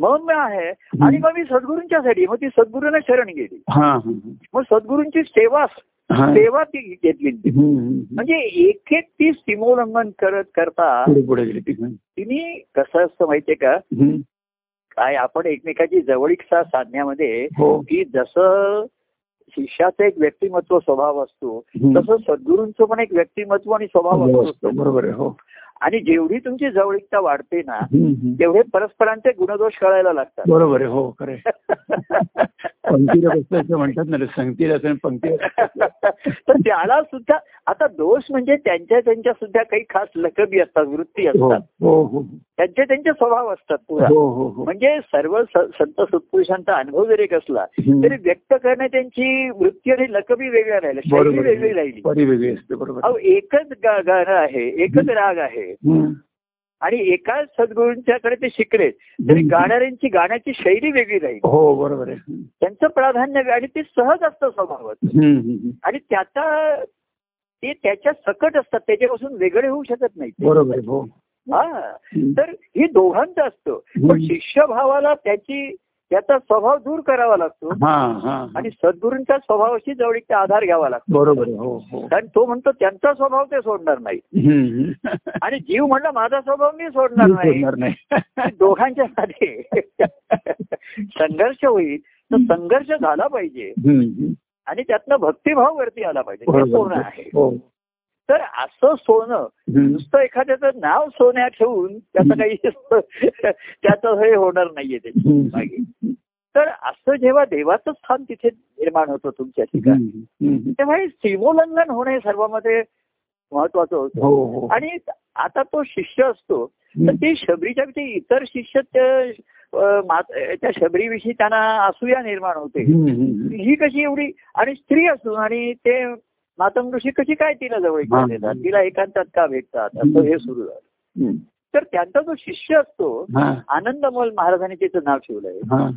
मग मी आहे आणि मग मी सद्गुरूंच्यासाठी मग ती सद्गुरूंना शरण गेली हा हा, मग सद्गुरूंची सेवा हा. सेवा ती घेतली तिने. हम्म. हम्म. म्हणजे एक एक ती सीमोल्लंघन करत करता पुढे पुढे गेले ठीक आहे. तिने कसं असतं माहितीये का हम्म. काय आपण एकमेकाची जवळीकता साधण्यामध्ये हो की जसं शिष्याचं एक व्यक्तिमत्व स्वभाव असतो हम्म. तसं सद्गुरूंचं पण एक व्यक्तिमत्व आणि स्वभाव हो, असतो बरोबर आहे हो आणि जेवढी तुमची जवळीकता वाढते ना हम्म, हम्म. तेवढे परस्परांचे गुणदोष कळायला लागतात बरोबर आहे हो खरे पंक्तीला बसलं असं म्हणतात ना रे, संगतीला असं आणि पंक्तीला तर त्याला सुद्धा आता दोष म्हणजे त्यांच्या त्यांच्या सुद्धा काही खास लकबी असतात वृत्ती हो असतात हो हो त्यांचे त्यांचे स्वभाव असतात पुरा हो हो हो म्हणजे सर्व स- संत सत्पुरुषांचा अनुभव जरी कसला हम्म. तरी व्यक्त करणे त्यांची वृत्ती आणि लकबी वेगळ्या राहिल्या शैली बरोबर वेगळी राहिली परी वेगळी असते बरोबर अहो एकच गा- गाणं आहे एकच राग आहे हम्म. आणि एकाच सद्गुरूंच्याकडे ते शिकले तरी हम्म. गाणाऱ्यांची गाण्याची शैली वेगळी राहील हो बरोबर आहे हम्म. त्यांचं प्राधान्य वे- आणि ते सहज असतं स्वभावात हम्म, हम्म, हम्म. आणि त्याचा ते त्याच्या सकट असतात त्याच्यापासून वेगळे होऊ शकत नाही ते. बरोबर आहे हो हा हम्म. तर हे दोघांचं असतं पण हम्म. शिष्यभावाला त्याची त्याचा स्वभाव दूर करावा लागतो हा हा आणि सद्गुरूंच्या स्वभावाशी जवळीकचा आधार घ्यावा लागतो बरोबर आहे हो हो कारण तो म्हणतो त्यांचा स्वभाव ते सोडणार नाही हम्म, हम्म. आणि जीव म्हणला माझा स्वभाव मी सोडणार मी नाही सोडणार नाही दोघांच्या मध्ये संघर्ष होईल तर संघर्ष झाला पाहिजे हम्म, हम्म. आणि त्यातनं भक्तिभाव वरती आला पाहिजे हे बरोबर सोनं आहे. आहे हो तर असं सोनं हम्म. नुसतं एखाद्याचं नाव सोन्या ठेवून त्याचं काही त्याचं हे होणार नाहीये त्याची हम्म. मागे. तर असं जेव्हा देवाचं स्थान तिथे निर्माण होतं तुमच्या ठिकाणी हम्म, हम्म. तेव्हा हे सीमोल्लंघन होणं हे सर्वांमध्ये महत्वाचं होतं हो हो आणि आता तो शिष्य असतो तर हम्म. ते शबरीच्या विषयी इतर शिष्य त्या अं, मात- अं, त्या शबरीविषयी त्यांना असूया निर्माण होते हम्म, हम्म. ही कशी एवढी आणि स्त्री असून आणि ते मातंग ऋषी कशी काय तिला जवळ हा. देतात तिला एकांतात का भेटतात असं हे सुरू झालं हम्म. तर त्यांचा जो शिष्य असतो हा आनंदमल महाराजांनी त्याचं नाव ठेवलंय हा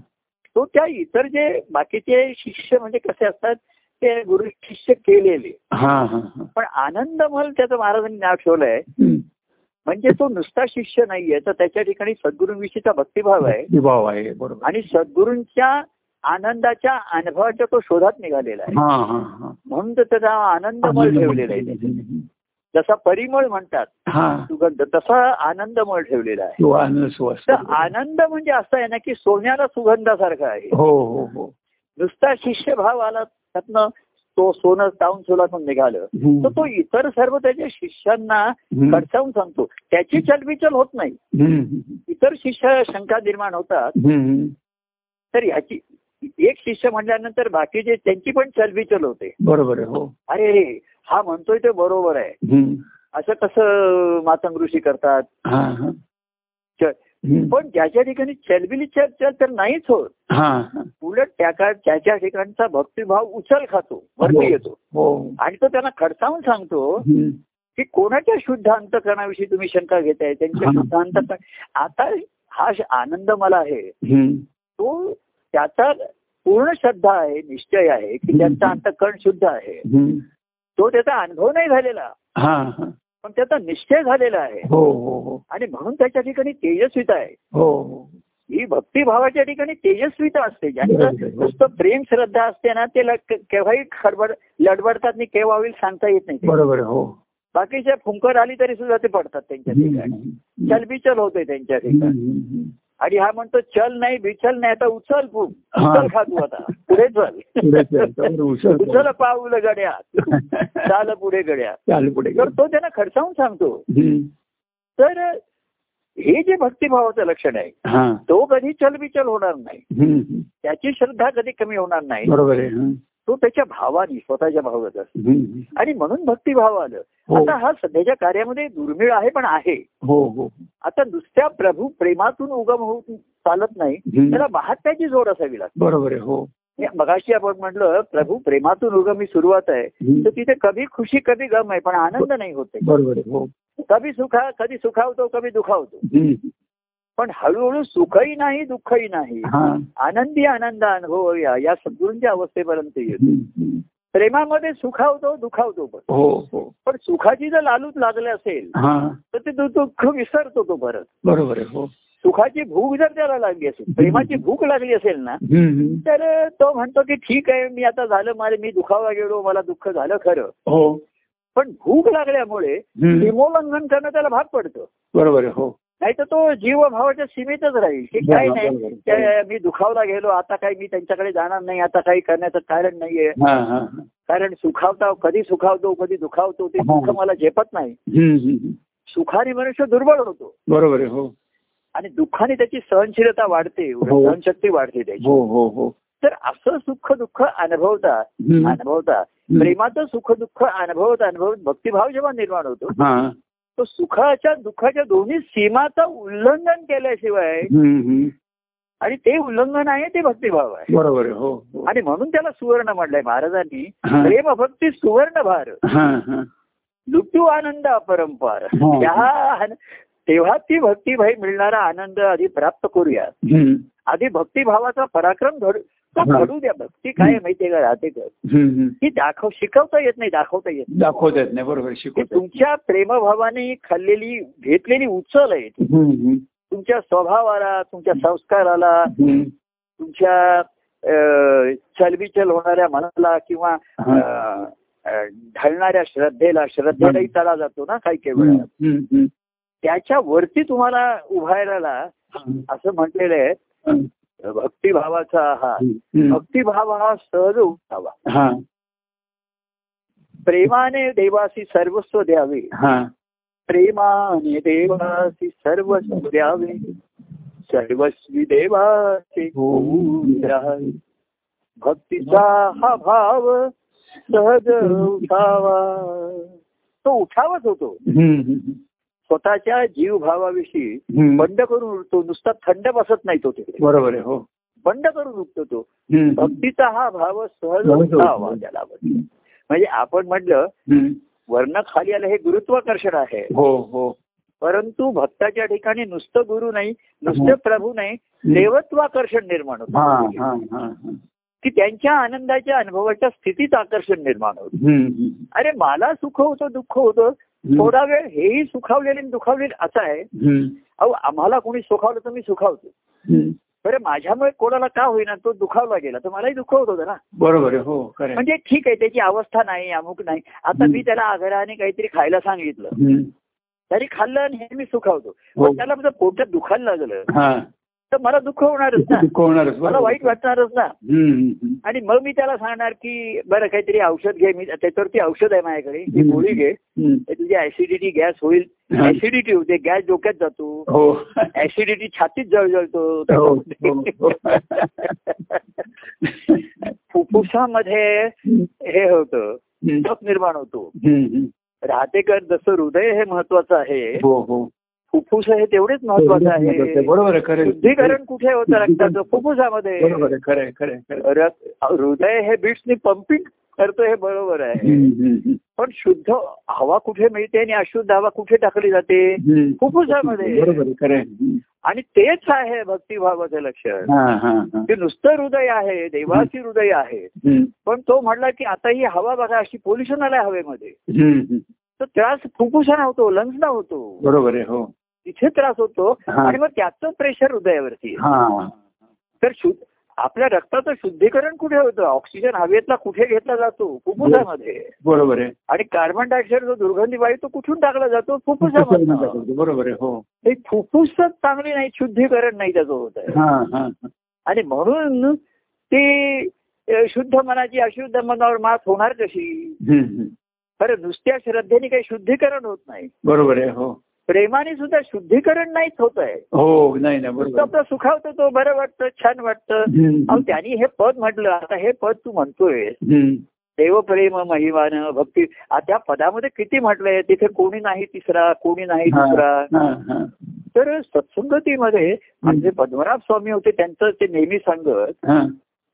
तो त्या इतर जे बाकीचे शिष्य म्हणजे कसे असतात ते गुरु शिष्य केलेले हा हा हम्म. हा. पण आनंदमल त्याचं महाराजांनी नाव ठेवलंय हम्म. म्हणजे तो नुसता शिष्य नाहीये तर त्याच्या ठिकाणी सद्गुरूंविषयीचा भक्तिभाव आहे विभाव आहे बरोबर आणि सद्गुरूंच्या आनंदाच्या अनुभवाच्या तो शोधात निघालेला आहे हा हा हा म्हणून तर त्याचा आनंदमळ ठेवलेला आहे जसा परिमळ म्हणतात हा सुगंध तसा आनंदमळ ठेवलेला आहे किंवा आनंद सुवास तर आनंद म्हणजे असं आहे ना की सोन्याला सुगंधासारखा आहे हो हो हो नुसता शिष्यभाव आला त्यातनं तो सोनं ताऊन सोलातून निघालं तर तो इतर सर्व त्याच्या शिष्यांना हम्म. खडसावून सांगतो त्याची चलबिचल होत नाही हम्म, हम्म. इतर शिष्य शंका निर्माण होतात हम्म. तर याची एक शिष्य म्हटल्यानंतर बाकीचे त्यांची पण चलबिचल होते बरोबर आहे हो अरे रे, हा म्हणतोय ते बरोबर आहे हम्म. असं कसं मातंग ऋषी करतात हा हा चल. हम्म. पण ज्याच्या ठिकाणी चलबिली चर्चा तर नाहीच होत हा हा. उलट त्या काळ त्याच्या ठिकाणचा भक्तिभाव उचल खातो हो. वरती येतो हो आणि तो त्यांना खडसावून सांगतो हम्म. की कोणाच्या शुद्ध अंतकरणाविषयी तुम्ही शंका घेताय त्यांच्या हा. शुद्ध अंतकरण आता हा श- आनंद मला आहे हम्म. तो त्याचा पूर्ण श्रद्धा आहे निश्चय आहे की त्यांचं अंतकरण शुद्ध आहे हम्म. तो त्याचा अनुभव नाही झालेला हा हा पण त्याचा निश्चय झालेला आहे हो हो हो आणि म्हणून त्याच्या ठिकाणी तेजस्विता आहे हो हो ही भक्तिभावाच्या ठिकाणी तेजस्विता असते बरोबर आहे. हो. ज्यांचं नुसतं प्रेम श्रद्धा असते ना ते लक- केव्हाही खडबड लडबडतात आणि केव्हा होईल सांगता येत नाही ते. बरोबर आहे हो बाकीच्या फुंकर आली तरी सुद्धा ते पडतात त्यांच्या ठिकाणी हम्म. चलबिचल होते त्यांच्या ठिकाणी हम्म. आणि हा म्हणतो चल नाही बिचल नाही आता उचल तू हा. उचल खा तू आता पुढे पुढे चल चल. त्यावर उसळ कर. उचल पाऊल गड्या चाल पुढे गड्या चाल पुढे तर कर. तो त्यांना खडसावून सांगतो हम्म. तर हे जे भक्तिभावाचं लक्षण आहे हा तो कधी चलबिचल होणार नाही हम्म. हम्म. त्याची श्रद्धा कधी कमी होणार नाही बरोबर आहे हं. तो त्याच्या भावाने स्वतःच्या भावात असतो हम्म. आणि म्हणून भक्तिभाव आलं हो आता हा सध्याच्या कार्यामध्ये दुर्मिळ आहे पण आहे हो हो आता नुसत्या प्रभू प्रेमातून उगम होऊन चालत नाही हम्म. त्याला महात्म्याची जोड असावी लागते बरोबर आहे हो हे मगाशी आपण म्हटलं प्रभू प्रेमातून उगम ही सुरुवात आहे तर हम्म. तिथे कधी खुशी कधी गम आहे पण आनंद नाही होते बरोबर आहे हो कधी सुखा कधी सुखावतो कधी दुखावतो हम्म. पण हळूहळू सुखही नाही दुःखही नाही हा आनंदी आनंद अनुभव या सद्गुरूंच्या अवस्थेपर्यंत येतो हम्म. प्रेमामध्ये सुखावतो दुखावतो पण हो हो पण सुखाची जर लालूच लागले असेल हा तर ते दु- दुःख विसरतो तो परत बरोबर आहे हो सुखाची भूक जर त्याला लागली असेल प्रेमाची भूक लागली असेल ना हम्म. तर तो म्हणतो की ठीक आहे मी आता झालं मला मी दुखावा गेलो मला दुःख झालं खरं हो पण भूक लागल्यामुळे हम्म. सीमोल्लंघन करणं त्याला भाग पडतं बरोबर आहे हो नाही तर तो जीवभावाच्या सीमेतच राहील की बरोबर, काय नाही बरोबर. त्या- मी दुखावला गेलो आता काही मी त्यांच्याकडे जाणार नाही आता काही करण्याचं कारण नाहीये हा हा हा. हो. कारण सुखावता कधी सुखावतो कधी दुखावतो ते दुःख हा. मला झेपत नाही हम्म. हम्म. सुखाने मनुष्य दुर्बळ होतो बरोबर आहे हो आणि दुःखाने त्याची सहनशीलता वाढते हो. सहनशक्ती वाढते त्याची हो हो हो तर असं सुख दुःख अनुभवता हम्म. अनुभवता हम्म. प्रेमाचं सुख दुःख अनुभवत अनुभवत भक्तिभाव जेव्हा निर्माण होतो हा तो सुखाच्या दुःखाच्या दोन्ही सीमाचा उल्लंघन केल्याशिवाय हम्म, हम्म. आणि ते उल्लंघन आहे ते भक्तिभाव आहे बरोबर आहे हो हो. आणि म्हणून त्याला सुवर्ण म्हणलंय महाराजांनी हा. प्रेम भक्ती सुवर्ण भार हा, हा. लुटू आनंद अपरंपार हो. त्या आन- तेव्हा ती भक्तिभाई मिळणारा आनंद आधी प्राप्त करूया हम्म, आधी भक्तिभावाचा पराक्रम घडू तो हा. घडू द्या भक्ती काय आहे माहितीये का राहते का हम्म, हम्म. ही दाखव शिकवता येत नाही दाखवता येत नाही. दाखवत आहेत नाही बरोबर ही शिकवत आहेत. तुमच्या प्रेमभावाने खाल्लेली घेतलेली उचल आहे ती. हम्म, हम्म. तुमच्या स्वभावाला तुमच्या संस्काराला हम्म. तुमच्या अ, चलबिचल होणाऱ्या मनाला किंवा हा. अ, अ, ढालणाऱ्या श्रद्धेला श्रद्धेलाही तडा जातो ना काही काही हम्म, वेळा हम्म, हम्म. त्याच्या वरती तुम्हाला उभारायला हम्म, असं म्हटलेलं आहे हम्म. भक्तिभावाचा हा हम्म. भक्तिभाव हा सहज उठावा हा प्रेमाने देवासी सर्वस्व द्यावे हा प्रेमाने देवासी सर्वस्व द्यावे सर्वस्वी देवाचे हो. होऊन राहावे. भक्तीचा हा भाव सहज उठावा तो उठावाच होतो हम्म, हम्म. स्वतःच्या जीवभावाविषयी हम्म. बंड करून उठतो नुसता थंड बसत नाही तो तिकडे बरोबर आहे हो बंड करून उठतो तो हम्म. भक्तीचा हा भाव सहज सहज उठावा उठतो. त्याला म्हणतात. म्हणजे आपण म्हटलं हम्म. वर्ण खाली आलं हे गुरुत्वाकर्षण आहे हो हो परंतु भक्ताच्या ठिकाणी नुसतं गुरु नाही नुसतं हो. प्रभू नाही देवत्वाकर्षण निर्माण हा होतं हा हा हा. की त्यांच्या आनंदाच्या अनुभवाच्या स्थितीत आकर्षण निर्माण होतं हम्म, हम्म. अरे मला सुख होतं दुःख होतं हम्म. थोडा वेळ हेही सुखावलेले आणि दुखावलेले असं आहे हम्म. अहो आम्हाला कोणी सुखावलं तर मी सुखावतो हम्म. बरं माझ्यामुळे कोणाला का होईना तो दुखावला गेला तर मलाही दुःख होत होतं ना बरोबर आहे हो खरं आहे. म्हणजे ठीक आहे त्याची अवस्था नाही अमुक नाही आता हम्म. मी त्याला आग्रहाने काहीतरी खायला सांगितलं हम्म. तरी खाल्लं आणि हे मी सुखावतो हो. पण त्याला माझं पोटात दुखायला लागलं हा तर मला दुःख होणारच ना दुःख होणारच मला बरोबर. वाईट वाटणारच ना हम्म, हम्म, आणि मग मी त्याला सांगणार की बरं काहीतरी औषध घे मी त्याच्यावरती औषध आहे माझ्याकडे ही हम्म. गोळी घे हम्म. हे तुझी ऍसिडिटी गॅस होईल हा. ऍसिडिटी होते गॅस डोक्यात जातो हो ऍसिडिटी छातीत जळजळतो हो, हो. फुफ्फुसामध्ये हे होतं हम्म, कफ निर्माण होतो हम्म. राहतेकर जसं हृदय हे महत्वाचं आहे हो हो फुफ्फुस हे तेवढेच महत्वाचं आहे बरोबर आहे खरं आहे. शुद्धीकरण कुठे होतं रक्ताचं फुफ्फुसामध्ये बरोबर आहे खरं आहे, खरं आहे, खरं आहे. रक्त- हृदय हे बीट्सनी पंपिंग करतं हे बरोबर आहे हम्म, हम्म, पण शुद्ध हवा कुठे मिळते आणि अशुद्ध हवा कुठे टाकली जाते हम्म. बरोबर फुफ्फुसामध्ये आहे खरं आहे. हम्म. आणि तेच आहे भक्तिभावाचं लक्षण हा हा हा ते नुसतं हृदय आहे देवाची हृदय आहे हम्म, पण तो म्हणला की आता ही हवा बघा अशी पोल्युशन आलाय हवेमध्ये हम्म, हम्म. तर त्रास फुफ्फुसांना होतो लंग्सना होतो बरोबर आहे हो तिथे त्रास होतो हा. आणि मग त्याचं प्रेशर हृदयावरती आहे. हा तर शुद्ध आपल्या रक्ताचं शुद्धीकरण कुठे होतं ऑक्सिजन हवेतला कुठे घेतला जातो फुफ्फुसामध्ये बरोबर आहे आणि कार्बन डायऑक्साईड जो दुर्गंधी वायू तो कुठून टाकला जातो फुफ्फुसामध्ये बरोबर आहे हो हे फुफ्फुसच चांगली नाही शुद्धीकरण नाही त्याचं होत आहे हा हा हा. आणि म्हणून ते अ, शुद्ध मनाची अशुद्ध मनावर मात होणार कशी हम्म, हम्म. बरं नुसत्या श्रद्धेने काही शुद्धीकरण होत नाही बरोबर आहे हो प्रेमाने सुद्धा शुद्धीकरण नाहीच होत आहे हो नाही ना नुसतं बरोबर आपलं सुखावतं तो बरं वाटतं छान वाटतं अहो हम्म, त्यांनी हे पद म्हटलं आता हे पद तू म्हणतोय हम्म. देवप्रेम महिमान भक्ती आ, त्या पदामध्ये किती म्हटलंय तिथे कोणी नाही तिसरा कोणी नाही हा, दुसरा हा, हा. तर सत्संगतीमध्ये म्हणजे पद्मनाभ स्वामी होते त्यांचं ते नेहमी सांगत हा,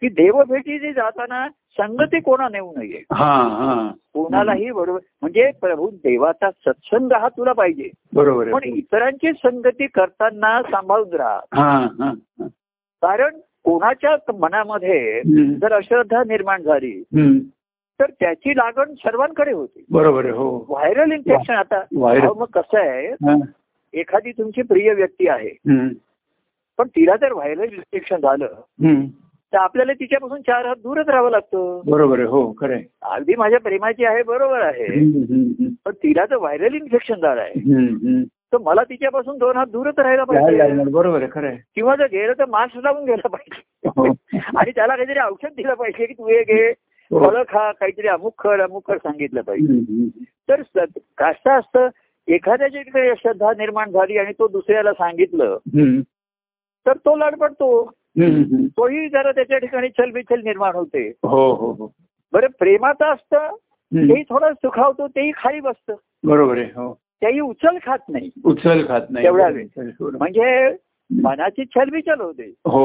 की देवभेटी जाताना संगती कोणा नेऊ नये हा, हा. कोणालाही बरोबर म्हणजे प्रभू देवाचा सत्संग हा तुला पाहिजे बरोबर पण आहे इतरांची संगती करताना सांभाळून राहा हा हा हा. कारण कोणाच्या मनामध्ये हम्म, जर अश्रद्धा निर्माण झाली हम्म. तर त्याची लागण सर्वांकडे होती बरोबर आहे हो व्हायरल इन्फेक्शन आता व्हायरल. अहो, मग कसं आहे हा, एखादी तुमची प्रिय व्यक्ती आहे हम्म, पण तिला जर व्हायरल इन्फेक्शन झालं हम्म. तर आपल्याला तिच्यापासून चार हात दूरच राहावं लागतं बरोबर आहे हो खरं आहे. अगदी माझ्या प्रेमाची आहे बरोबर आहे हम्म, हम्म, पण तिला जर व्हायरल इन्फेक्शन झालं आहे हम्म, हम्म. तर मला तिच्यापासून दोन हात दूरच राहायला काय पाहिजे लागणार? बरोबर आहे खरं आहे किंवा जर गेलं तर मास्क लावून गेला पाहिजे हो. आणि त्याला काहीतरी औषध दिलं पाहिजे की तू हे घे हो. फळं खा काहीतरी अमुक खर अमुक खर सांगितलं पाहिजे हम्म, हम्म. तर स- कसं असतं एखाद्याच्या इकडे श्रद्धा निर्माण झाली आणि तो दुसऱ्याला सांगितलं हम्म. तर तो लडपडतो हम्म, हम्म. तोही जरा त्याच्या ठिकाणी चलबिचल निर्माण होते हो हो हो बरं प्रेमाचं असतं हम्म. तेही थोडं सुखावतो तेही खाली बसतं बरोबर आहे हो त्याही उचल खात नाही उचल खात नाही तेवढा वेळ. उचल सोडून. म्हणजे मनाची छलबिचल होते हो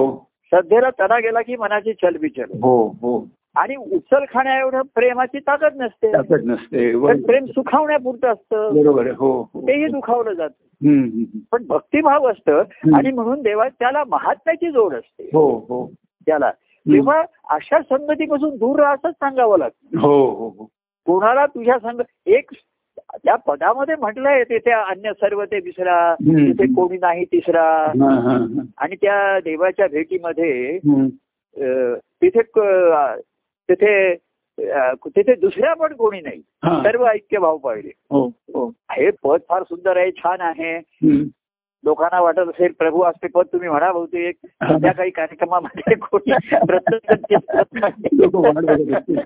श्रद्धेला तडा गेला की मनाची छलबिचल होते. हो हो आणि उचल खाण्या एवढं प्रेमाची ताकद नसते ताकद नसते पण बरोबर प्रेम सुखावण्यापुरतं असतं बरोबर आहे. हो हो तेही दुखावलं जातं हम्म, हम्म, हम्म. पण भक्तिभाव असतं आणि म्हणून देवा त्याला महात्म्याची जोड असते हो हो त्याला तेव्हा अशा संगतीपासून दूर राहतच सांगावं लागतं हो हो हो कोणाला तुझ्या संग एक त्या पदामध्ये म्हटलंय तिथे अन्य सर्व ते विसरा हम्म. तिथे कोणी नाही तिसरा हा, हा, हा. आणि त्या देवाच्या भेटीमध्ये हम्म. अं, तिथे क- तिथे अं, तिथे दुसऱ्या पण कोणी नाही हा. सर्व ऐक्य भाव पाहिले हो हो हे पद फार सुंदर आहे छान आहे हम्म. लोकांना वाटत असेल प्रभू असते पद तुम्ही म्हणा बहुतेक सध्या काही कार्यक्रमामध्ये कोणी लोक वाट प्रत्येक बघत असतील.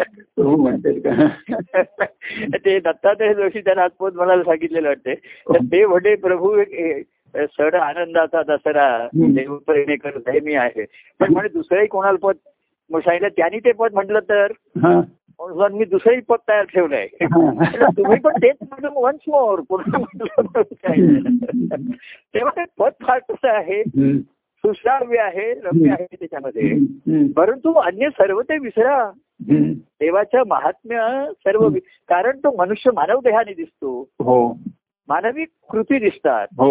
प्रभू म्हणतील का ते दत्तात्रय जोशी त्याला आजपोत मला सांगितलेलं वाटते तर ते म्हणे प्रभू एक- ए- सण आनंदाचा दसरा हम्म. देवप्रेमी करत आहे मी आहे पण म्हणे दुसरंही कोणाला पद मग सांगितलं त्यांनी ते पद म्हटलं तर हा. म्हणून मी दुसरंही पद तयार ठेवलंय म्हटलं, तुम्ही पण तेच म्हटलं वन्स मोर पुन्हा म्हटलं तर काय? तेव्हा ते पद फार कसं आहे हम्म. सुश्राव्य आहे रम्य आहे त्याच्यामध्ये हम्म. परंतु अन्य सर्व ते विसरा हम्म. देवाच्या महात्म्य सर्व वि- कारण तो मनुष्य मानव देहाने दिसतो हो मानवी कृती दिसतात हो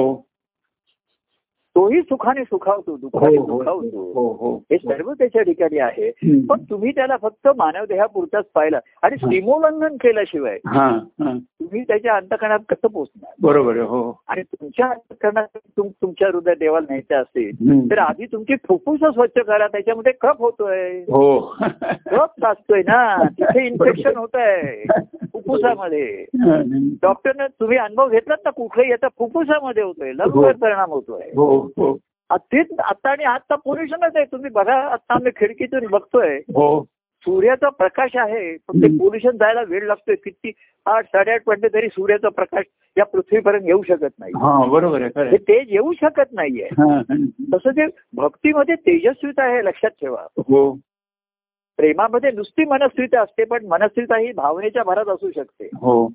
तोही सुखाने सुखावतो दुःखाने हो हो दुखावतो हो हो हे सर्व त्याच्या ठिकाणी आहे हम्म. पण तुम्ही त्याला फक्त मानव देहापुरताच पाहिला आणि हा. सीमोल्लंघन केल्याशिवाय हा हा तुम्ही त्याच्या अंतकणात कसं पोहोचणार बरोबर आहे, हो आणि तुमच्या अंतकणात तुम- तुमच्या हृदय देवाला न्यायचं असेल हम्म. तर आधी तुमची फुफ्फुस स्वच्छ करा त्याच्यामध्ये कफ होतोय हो कफ साचतोय ना तिथे इन्फेक्शन होत आहे फुफ्फुसामध्ये डॉक्टरने तुम्ही अनुभव घेतलात ना कुठे याचा फुफ्फुसामध्ये होतोय लवकर परिणाम होतोय हो हो अतिच आता आणि आता पोल्युशनच आहे तुम्ही बघा आता आम्ही खिडकीतून बघतोय हो सूर्याचा प्रकाश आहे पण ते हम्म. पोल्युशन जायला वेळ लागतोय किती आठ साडेआठ पर्यंत तरी सूर्याचा प्रकाश या पृथ्वीपर्यंत येऊ शकत नाही हा बरोबर आहे खरं हे आहे. तेज येऊ शकत नाहीये हा, हा. तसं ते भक्तीमध्ये तेजस्वीता आहे लक्षात ठेवा हो प्रेमामध्ये नुसती मनस्थिती असते पण मनस्थिता ही भावनेच्या भरात असू शकते हो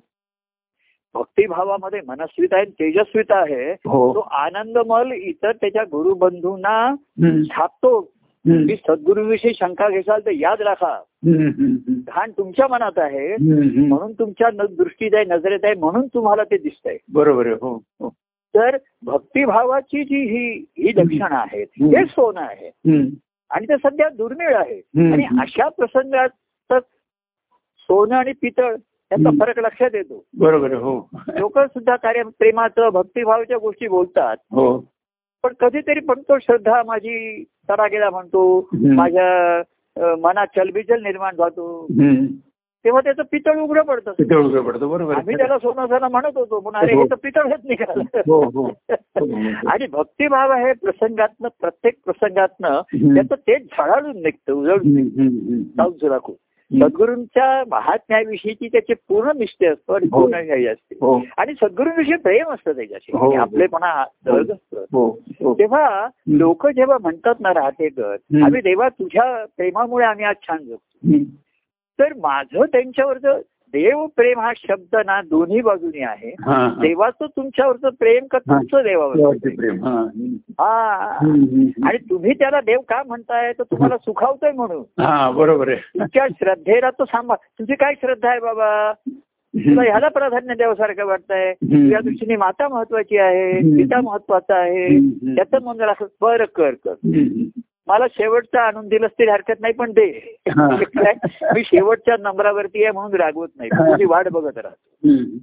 भक्तिभावामध्ये मनस्विता आहे तेजस्विता आहे हो तो आनंदमल इतर त्याच्या गुरुबंधूंना हम्म, छापतो हम्म, की सद्गुरूविषयी शंका घेसाल तर याद राखा हम्म, हम्म, घाण तुमच्या मनात आहे हम्म, हम्म. म्हणून तुमच्या न- दृष्टीत आहे नजरेत आहे म्हणून तुम्हाला ते दिसतंय बरोबर आहे हो हो तर भक्तिभावाची जी ही ही लक्षणं आहेत हम्म. हे सोनं आहे हम्म, आणि ते सध्या दुर्मिळ आहे हम्म, आणि हम्म. अशा प्रसंगात तर सोनं आणि पितळ याचा हम्म. फरक लक्षात येतो बरोबर आहे हो लोक सुद्धा कार्य प्रेमाचं भक्तिभावाच्या गोष्टी बोलतात हो पण कधीतरी पण तो श्रद्धा माझी तडा गेला म्हणतो हम्म. माझ्या अ, मनात चलबिचल निर्माण जातो हम्म. तेव्हा त्याचं पितळ उघडं पडतं तिथे उघडं पडतो बरोबर आहे, आम्ही खरं आहे. त्याला सोनं सोनं म्हणत होतो पण अरे हो. हे तर पितळच निघालं हो हो हो. आणि भक्तिभाव आहे प्रसंगातनं प्रत्येक प्रसंगातनं हम्म, त्याचं तेच झळाळून निघतं उजळून हम्म, हम्म, हम्म. जाऊन राखू हम्म. सद्गुरूंच्या महात्म्याविषयीची त्याची पूर्ण निष्ठे असतो आणि हो. पूर्ण ध्येय असते हो आणि सद्गुरूंविषयी प्रेम असतं त्याच्याशी हो. आणि आपलेपणा सहज असतं हो हो तेव्हा लोक जेव्हा म्हणतात ना राहते घर हम्म. आम्ही देवा तुझ्या प्रेमामुळे आम्ही आज छान जगतो हम्म. तर माझं त्यांच्यावरचं देव प्रेम हा शब्द ना दोन्ही बाजूनी आहे हा, हा. देवाचं तुमच्यावरचं प्रेम का हा. तुमचं देवावर देवाचे प्रेम हा हम्म. हा हम्म, हम्म. आणि तुम्ही त्याला देव का म्हणताय तर तुम्हाला सुखावतोय म्हणून हा बरोबर आहे तुमच्या श्रद्धेला तो सांभाळ तुझी काय श्रद्धा आहे बाबा तुला ह्याला प्राधान्य द्यावसारखं वाटतंय तुझ्या दृष्टीने माता महत्वाची आहे हम्म. पिता महत्वाचा आहे हम्म. त्याचं मन राख बरं कर कर हम्म. मला शेवटचा आणून दिलंच तरी हरकत नाही पण दे हा. काय? मी शेवटच्या नंबरावरती आहे म्हणून रागवत नाही पण तुझी वाट बघत राहतो हम्म.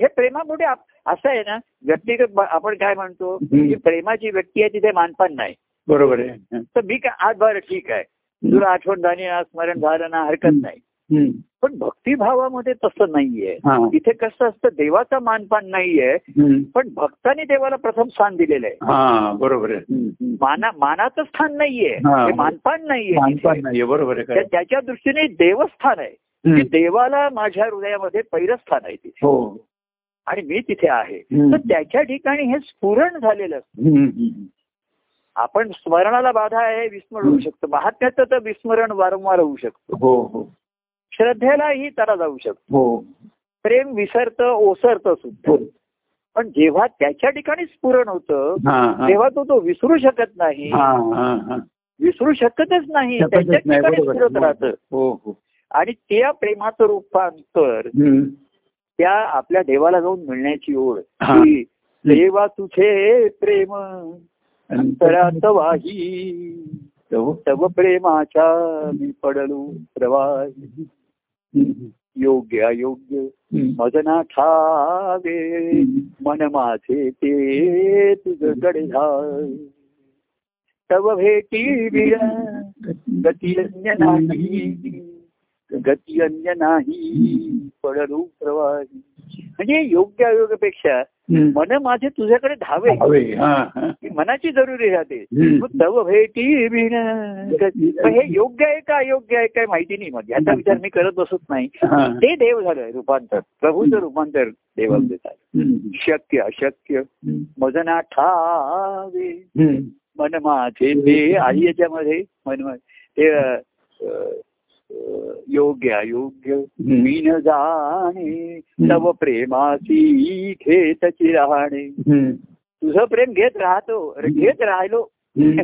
हे प्रेमापुढे आप- असं आहे ना व्यक्तिगत ब- आपण काय म्हणतो हम्म. की प्रेमाची व्यक्ती आहे तिथे मानपान नाही बरोबर आहे हा. तर मी काय आज बरं ठीक आहे तुला आठवण झाली ना स्मरण झालं ना हरकत नाही हम्म. पण भक्तिभावामध्ये तसं नाहीये हा. तिथे कसं असतं देवाचं मानपान नाहीये हम्म. पण भक्ताने देवाला प्रथम स्थान दिलेलं आहे हा बरोबर आहे हम्म. माना मानाचं स्थान नाहीये हा. हे मानपान नाहीये मानपान तिथे. नाहीये बरोबर आहे त्या- खरं त्याच्या दृष्टीने देवस्थान आहे की हम्म. देवाला माझ्या हृदयामध्ये पहिलं स्थान आहे तिथे हो आणि मी तिथे आहे हम्म. तर त्याच्या ठिकाणी हे स्फुरण झालेलं असतं आपण स्मरणाला बाधा आहे हे विस्मरण होऊ शकतं महात्म्याचं तर विस्मरण वारंवार होऊ शकतं हो हो श्रद्धेलाही त्याला जाऊ शकतं हो प्रेम विसरतं ओसरतं सुद्धा हो पण जेव्हा त्याच्या ठिकाणी स्फुरण होतं हा हा तेव्हा तो तो विसरू शकत नाही हा हा हा विसरू शकतच नाही शकतच त्याच्या नाही, ठिकाणी बरोबर. स्फुरत राहतं हो हो आणि त्या प्रेमाचं रूपांतर हम्म. त्या आपल्या देवाला जाऊन मिळण्याची ओढ हा. की देवा तुझे प्रेम अंतरात वाही हो. तव प्रेमाच्या मी पडलो प्रवाही हम्म. योग्य अयोग्य हम्म. मजना ठावे मन माझे ते तुझकडे धाय तव भेटी बिरा गती अन्य नाही गती अन्य नाही पडलो प्रवाही म्हणजे योग्य अयोग्यपेक्षा हम्म. मन माझे तुझ्याकडे धावे हवे हा हा ही मनाची जरुरी राहते हम्म. मग तव भेटी बिना गती- मग हे योग्य आहे का अयोग्य आहे काय माहिती नाही मग याचा विचार मी करत बसत नाही हा. ते देव झालं रूपांतर प्रभूचं रूपांतर देवाचं झालं हम्म. शक्य अशक्य हम्म. मजना ठावे हम्म. मन माझे ते आई याच्यामध्ये मन मा- ते अ, अ, अ, योग्य अयोग्य मी न जाणे तव प्रेमाची घेतची राहणे हम्म. तुझं प्रेम घेत राहतो घेत राहिलो हम्म.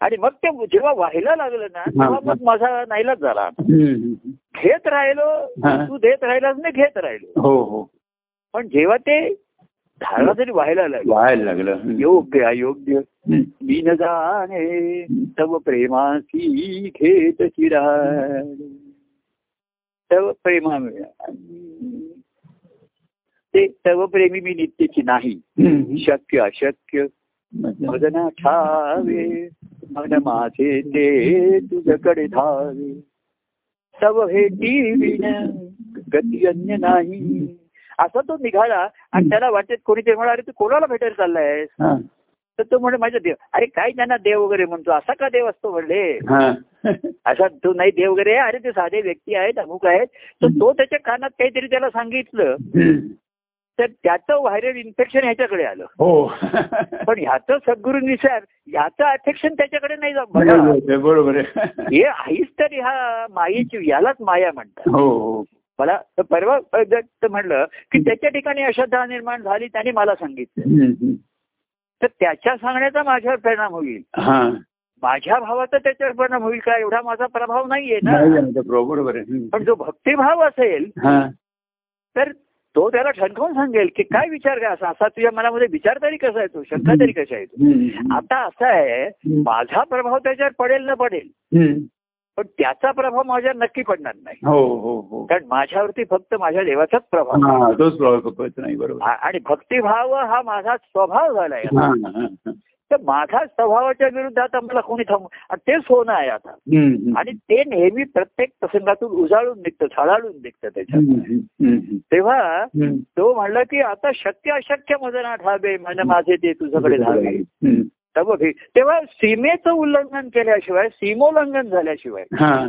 आणि मग ते जेव्हा व्हायला लागलं ना तेव्हा मग माझा नाहीलाच झाला हम्म. घेत राहिलो हा. तू देत राहिलास ना घेत राहिलो हो हो पण जेव्हा ते धारणा जरी व्हायला लागलं व्हायला लागलं हम्म. योग्य अयोग्य हम्म. मी न जाणे तव प्रेमाची घेत चिराड तव प्रेमा ते तव प्रेमी मी नित्यची नाही हम्म. शक्य अशक्य मदना ठावे मन माझे ते तुझकडे धावे तव भेटी विना गती अन्य नाही असा तो निघाला आणि त्याला वाटत कोणी ते म्हणा अरे तू कोणाला भेटायला चाललाय हा. तर तो म्हणे माझ्या देव अरे काय त्यांना देव वगैरे म्हणतो असा का देव असतो म्हणले हा. असा तो नाही देव वगैरे आहे, अरे ते साधे व्यक्ती आहेत अमुक आहेत तर तो त्याच्या कानात काहीतरी त्याला सांगितलं हम्म. तर त्याचं व्हायरल इन्फेक्शन ह्याच्याकडे आलं हो पण ह्याचं सद्गुरूंनुसार याचं अफेक्शन त्याच्याकडे नाही जा- बघा बरोबर आहे, बरोबर आहे. हे आहेच तरी हा मायेची यालाच माया म्हणतात हो हो मला तर परवा जर म्हणलं की त्याच्या ठिकाणी अश्रद्धा निर्माण झाली त्याने मला सांगितलं हम्म, हम्म. तर त्याच्या सांगण्याचा माझ्यावर परिणाम होईल हा माझ्या भावाचा त्याच्यावर परिणाम होईल का एवढा माझा प्रभाव नाहीये ना नाही आहे, बरोबर आहे हम्म. पण जो भक्तिभाव असेल हा तर तो त्याला ठणकावून सांगेल की काय विचार काय असा असा तुझ्या मनामध्ये विचार तरी कसा येतो शंका तरी कशा येतो हम्म. आता असं आहे हम्म. माझा प्रभाव त्याच्यावर पडेल न पडेल हम्म. पण त्याचा प्रभाव माझ्यावर नक्की पडणार नाही हो हो हो कारण माझ्यावरती फक्त माझ्या देवाचाच प्रभाव आहे. हा तोच प्रॉब्लेम पकवायचा नाही बरोबर आ- आणि भक्तिभाव हा माझा स्वभाव झालाय हा हा, हा. तर माझा स्वभावाच्या विरुद्ध आता मला कोणी थांबू आणि तेच होणं आहे आता हम्म, आणि ते नेहमी प्रत्येक प्रसंगातून उजाळून निघतं झळाळून निघतं हम्म, त्याच्यात हम्म, हम्म, तेव्हा हम्म. तो म्हणला की आता शक्य अशक्य मज ना ठावे मन माझे ते तुझ्याकडे धावे हम्म. तर बघ हे- तेव्हा सीमेचं उल्लंघन केल्याशिवाय सीमोल्लंघन झाल्याशिवाय हा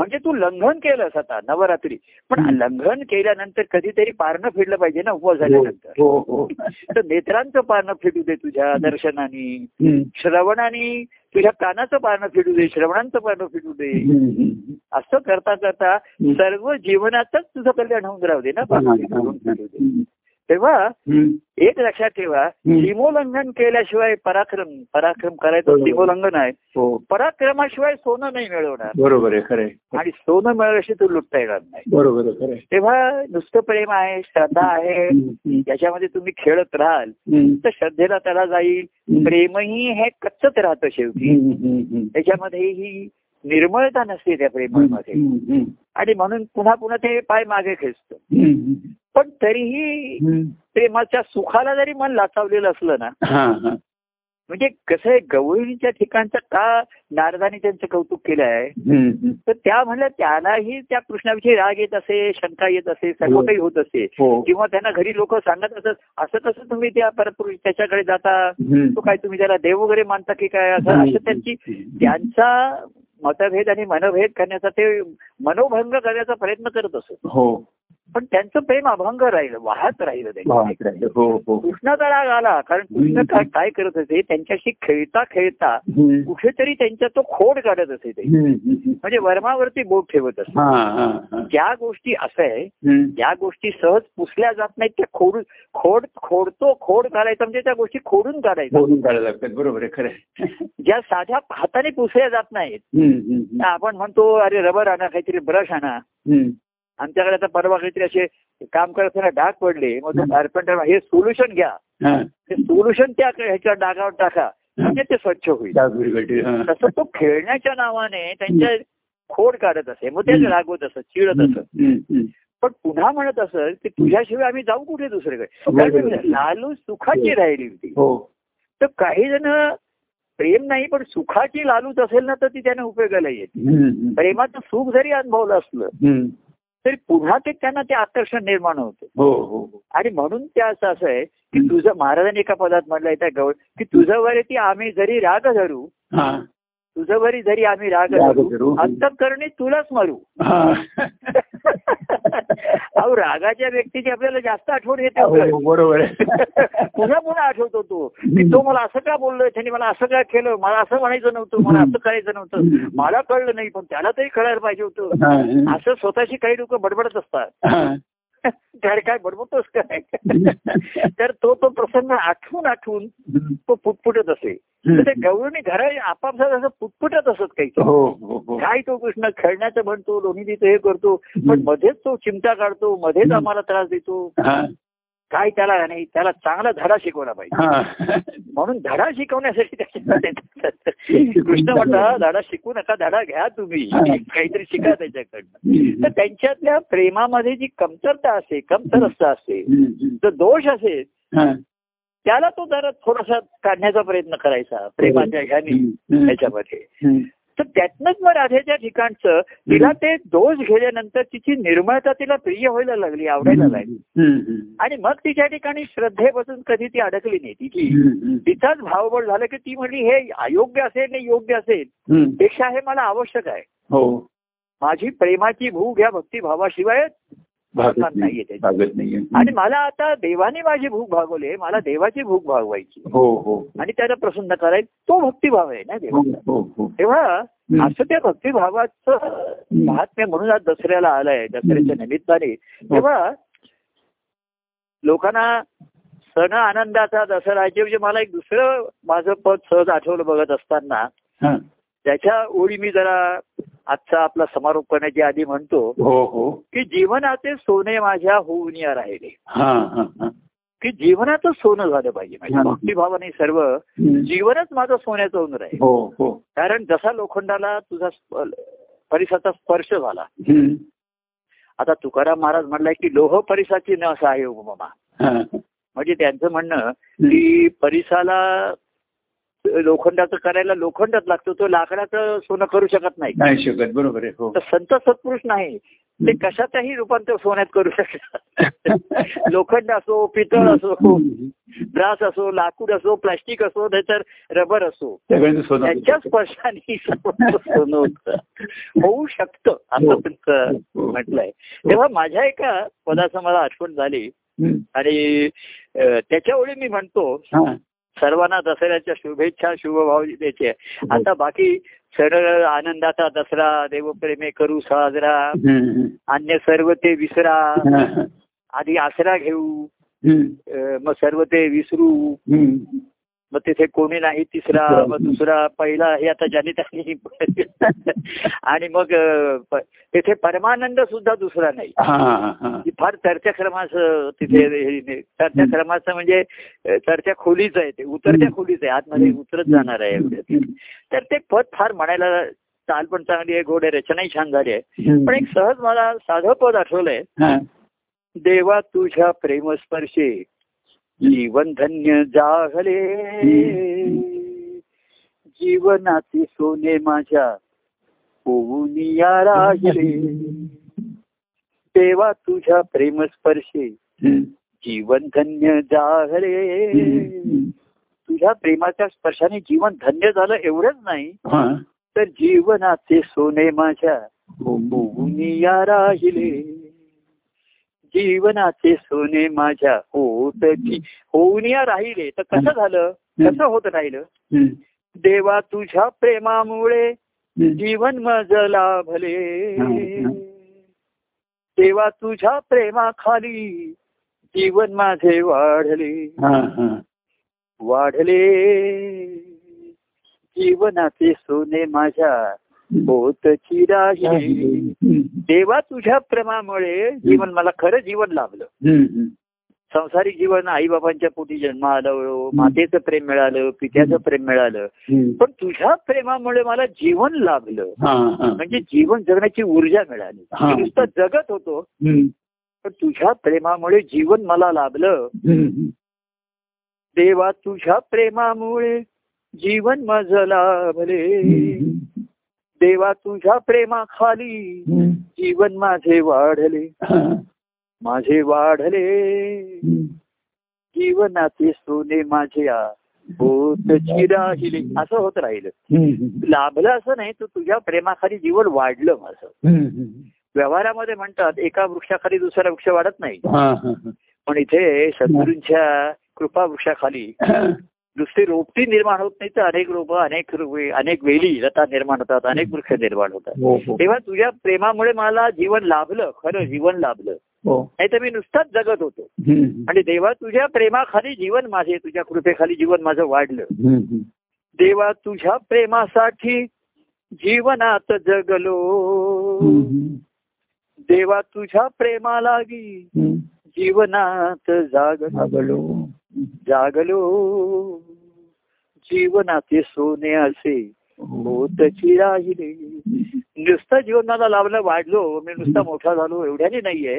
म्हणजे तू लंघन केलंस आता नवरात्री पण हम्म. लंघन केल्यानंतर कधीतरी पारणं फिरलं पाहिजे ना उपवास हो झाल्यानंतर हो हो. तर नेत्रांचं पारणं फिरू दे तुझ्या दर्शनानी हम्म, श्रवणाने तुझ्या कानाचं पारणं फिरू दे श्रवणांचं पारणं फिरू दे हम्म, हम्म. असं करता करता सर्व जीवनातच तुझं कल्याण होऊन राहू दे ना पारणं फिरून फिरू दे. हम्म, तेव्हा हम्म. एक लक्षात ठेवा हम्म. सीमोल्लंघन केल्याशिवाय पराक्रम पराक्रम करायचं बरोबर. सीमोल्लंघन आहे हो पराक्रमाशिवाय सोनं नाही मिळवणार बरोबर आहे खरं आहे आणि सोनं मिळवल्याशी तू लुटता येणार नाही बरोबर आहे खरं आहे तेव्हा नुसतं प्रेम आहे श्रद्धा आहे हम्म, हम्म, याच्यामध्ये तुम्ही खेळत राहाल हम्म, तर श्रद्धेला त्याला जाईल हम्म. प्रेमही हे कच्चत राहतं शेवटी हम्म, हम्म, हम्म. त्याच्यामध्ये ही निर्मळता नसते त्या प्रेमामध्ये हम्म, हम्म, आणि म्हणून पुन्हा पुन्हा ते पाय मागे खेचतं हम्म, पण तरीही हम्म. प्रेमाच्या सुखाला जरी मन लाचावलेलं असलं ना हा, हा. म्हणजे कसं आहे गवळीच्या ठिकाणचं का नारदाने त्यांचं कौतुक केलं आहे हम्म, हम्म. तर त्या म्हणल्या त्यालाही त्या कृष्णाविषयी राग येत असे शंका येत असे सर्व हो. काही होत असे हो किंवा त्यांना घरी लोक सांगत असत असं कसं तुम्ही त्या परपुरुष त्याच्याकडे जाता तो हम्म. काय तुम्ही त्याला देव वगैरे मानता की काय असं असं त्यांची त्यांचा मतभेद आणि मनभेद करण्याचा ते मनोभंग करण्याचा प्रयत्न करत असत हो पण त्यांचं प्रेम अभंग राहिलं वाहत राहिलं त्यांच्या वाहत राहिलं. हो हो कृष्ण तळाग आला कारण कृष्ण हम्म. काय काय करत असे त्यांच्याशी खेळता खेळता हम्म. कुठेतरी त्यांच्या तो खोड काढत असे ते हम्म. म्हणजे वर्मावरती बोट ठेवत असे हा हा हा ज्या गोष्टी असं आहे हम्म. ज्या गोष्टी सहज पुसल्या जात नाहीत त्या खोड खोड खोडतो खोड काढायचा म्हणजे त्या गोष्टी खोडून काढायच्या बोलून काढायला लागतात बरोबर आहे खरं आहे. ज्या साध्या हाताने पुसल्या जात नाहीत हम्म, हम्म, त्या आपण म्हणतो अरे रबर आणा काहीतरी ब्रश आणा हम्म. आमच्याकडे आता परवा काहीतरी असे काम करत असताना डाग पडले मग तो कार्पेंटर हे सोल्युशन घ्या हा. ते सोल्युशन त्या ह्याच्या डागावर टाका म्हणजे ते स्वच्छ होईल त्या गुरगटी, हा. तसं तो खेळण्याच्या नावाने त्यांच्या खोड काढत असे मग ते हम्म. रागवत असत चिडत हम्म, असत हम्म, पण पुन्हा म्हणत असत की तुझ्याशिवाय आम्ही जाऊ कुठे दुसरीकडे बरोबर. कारण लालू सुखाची राहिली होती हो तर काही जण प्रेम नाही पण सुखाची लालूच असेल ना तर ती त्यांना उपयोगाला येत हम्म, हम्म. प्रेमाचं सुख जरी अनुभवलं असलं हम्म. तरी पुन्हा ते त्यांना ते आकर्षण निर्माण होतं हो हो हो. आणि म्हणून ते असं असं आहे की तुझं महाराजांनी एका पदात म्हटलंय त्या गवळ की तुझं वरी ती आम्ही जरी राग धरू हा. तुझं वरी जरी आम्ही राग राग धरू धरू. अंतकरणी तुलाच मरू हा. अहो रागाच्या व्यक्तीची आपल्याला जास्त आठवण येते हो, उलट. हो, बरोबर आहे पुन्हा पुन्हा आठवतो तो की तो मला असं का बोललो त्याने मला असं का केलं मला असं म्हणायचं नव्हतं मला असं करायचं नव्हतं मला कळलं नाही पण त्याला तरी कळायला पाहिजे होतं हा, हा. असं स्वतःशी काही लोक बडबडत असतात हा. त्याला काय बडबडतोस काय तर तो तो प्रसंग आठवून आठवून हम्म. तो पुटपुटत असे तर ते गवळणी घरा आपापसात असं पुटपुटत असत काही हो हो हो काय तो कृष्ण खेळण्याचं म्हणतो लोणीचं हे करतो पण हम्म. मध्येच तो चिमटा काढतो मध्येच हम्म. आम्हाला त्रास देतो हा, काय त्याला नाही त्याला चांगला धडा शिकवला पाहिजे हा. म्हणून धडा शिकवण्यासाठी त्याच्याकडे कृष्ण म्हणला धडा शिकू नका धडा घ्या तुम्ही काहीतरी शिका त्याच्याकडनं तर त्यांच्यातल्या प्रेमामध्ये जी कमतरता असते कमतरस्ता असते हम्म. जो दोष असेल हा. त्याला तो जरा थोडासा काढण्याचा प्रयत्न करायचा प्रेमाच्या ह्यानी हो. हम्म. त्याच्यामध्ये हम्म. तर त्यातनंच मग राधेच्या ठिकाणचं तिला ते दोष गेल्यानंतर तिची निर्मळता तिला प्रिय व्हायला लागली आवडायला लागली हम्म, हम्म. आणि मग तिच्या ठिकाणी श्रद्धेपासून कधी ती अडकली नाही तिची हम्म, तिचाच भावबळ झालं की ती म्हणली हे अयोग्य असेल नाही योग्य असेल हम्म. पेक्षा हे मला आवश्यक आहे हो माझी प्रेमाची भू घ्या भक्तिभावाशिवाय भागत भागत नाहीये नाहीये त्याच्यात. भागत नाहीये आणि मला आता देवाने माझी भूक भागवली मला देवाची भूक भागवायची हो हो आणि त्याला प्रसन्न करायचं तो भक्तिभाव आहे ना हो देवाचा हो हो तेव्हा हम्म. असं त्या भक्तिभावाचं महात्म्य म्हणून आज दसऱ्याला आलंय दसऱ्याच्या हम्म. निमित्ताने तेव्हा लोकांना सण आनंदाचा दसरा याच्या म्हणजे मला एक दुसरं माझं पद सहज आठवलं बघत असताना हा. त्याच्या ओळी मी जरा आजचा आपला समारोप करण्याच्या आधी म्हणतो हो हो की जीवनाचे सोने माझ्या होऊन या राहिले हा हा हा की जीवनाचं सोनं झालं पाहिजे माझ्या हम्म. भक्तिभावाने सर्व हम्म. जीवनच माझं सोन्याचं होऊन राहील हो हो कारण जसा लोखंडाला तुझा स्प- परिसाचा स्पर्श झाला हम्म. आता तुकाराम महाराज म्हणलाय की लोह परिसाची नस आहे उपमा हा. म्हणजे त्यांचं म्हणणं हम्म. की परिसाला लोखंडाचं करायला लोखंडच लागतो तो लाकडाचं सोनं करू शकत नाही नाही शकत बरोबर आहे हो तर संत सत्पुरुष नाही ते कशातही रूपांतर सोन्यात करू शकतात लोखंड असो पितळ असो हम्म. ब्रास असो लाकूड असो प्लास्टिक असो नाहीतर रबर असो सगळ्यांचं सोनं त्यांच्या स्पर्शाने सर्व सोनं होतं. होऊ शकतं असं हो. त्यांचं हो. म्हटलंय तेव्हा माझ्या एका पदाचं मला आठवण झाली हम्म. आणि अ, त्याच्यावेळी मी म्हणतो हा. सर्वांना दसऱ्याच्या शुभेच्छा शुभभाव द्यायचे हो. आता बाकी सण आनंदाचा दसरा देवप्रेमे करू साजरा हम्म. अन्य सर्व ते विसरा हा. आधी आसरा घेऊ हम्म. अ, मग सर्व ते विसरू हम्म. मग तिथे कोणी नाही तिसरा मग दुसरा पहिला हे आता ज्याने त्याने आणि मग अ, प- तिथे परमानंद सुद्धा दुसरा नाही हा हा हा ती फार चढत्या क्रमाचं तिथे हे- हे- चढत्या क्रमाचं म्हणजे अ, चढत्या खोलीचं आहे ते उतरत्या खोलीचं आहे आतमध्ये उतरत जाणार आहे एवढं. तर ते पद फार म्हणायला चाल पण चांगली आहे गोड आहे रचनाही छान झाली आहे हम्म. पण एक सहज मला साधं पद आठवलंय हा. देवा तुझ्या प्रेमस्पर्शे जीवन धन्य जाहले जीवनाचे सोने माझ्या होऊन या राहिले देवा तुझ्या प्रेमस्पर्शे हम्म. जीवन धन्य जाहले हम्म. तुझ्या प्रेमाच्या स्पर्शाने जीवन धन्य झालं एवढंच नाही हा. तर जीवनाचे सोने माझ्या हो, हो. होऊन या राहिले जीवनाचे सोने माझ्या होत होऊनिया राहिले तर कसं झालं कसं होत राहिलं देवा तुझ्या प्रेमामुळे जीवन मज लाभले देवा तुझ्या प्रेमाखाली जीवन माझे वाढले वाढले जीवनाचे सोने माझ्या होत चिराही देवा तुझ्या प्रेमामुळे जीवन मला खरं जीवन लाभलं संसारिक जीवन आई बाबांच्या पोटी जन्म आलो मातेचं प्रेम मिळालं पित्याचं प्रेम मिळालं पण तुझ्या प्रेमामुळे मला जीवन लाभलं म्हणजे जीवन जगण्याची ऊर्जा मिळाली हा. मी नुसतं जगत होतो पण तुझ्या प्रेमामुळे जीवन मला लाभलं देवा तुझ्या प्रेमामुळे जीवन मज लाभले देवा तुझ्या प्रेमाखाली जीवन माझे वाढले माझे वाढले जीवनाचे सोने माझ्या होत चिराहिले असं होत राहिलं लाभलं असं नाही तर तुझ्या प्रेमाखाली जीवन वाढलं माझं व्यवहारामध्ये म्हणतात एका वृक्षाखाली दुसरा वृक्ष वाढत नाही पण इथे सद्गुरूंच्या कृपा वृक्षाखाली दुसरी रोपटी निर्माण होत नाही तर अनेक रोप अनेक रोपे, अनेक वेली लता निर्माण होतात अनेक वृक्ष निर्माण होतात तेव्हा तुझ्या प्रेमामुळे मला जीवन लाभलं खरं जीवन लाभलं नाही तर मी नुसताच जगत होतो आणि देवा तुझ्या प्रेमाखाली जीवन माझे तुझ्या कृपेखाली जीवन माझं वाढलं देवा तुझ्या प्रेमासाठी जीवनात जगलो देवा तुझ्या प्रेमालागी जीवनात जाग जागलो जीवनाचे सोने असे होतची राहिले नुसतं जीवनाला लाभलं वाढलो मी नुसता मोठा झालो एवढ्याने नाहीये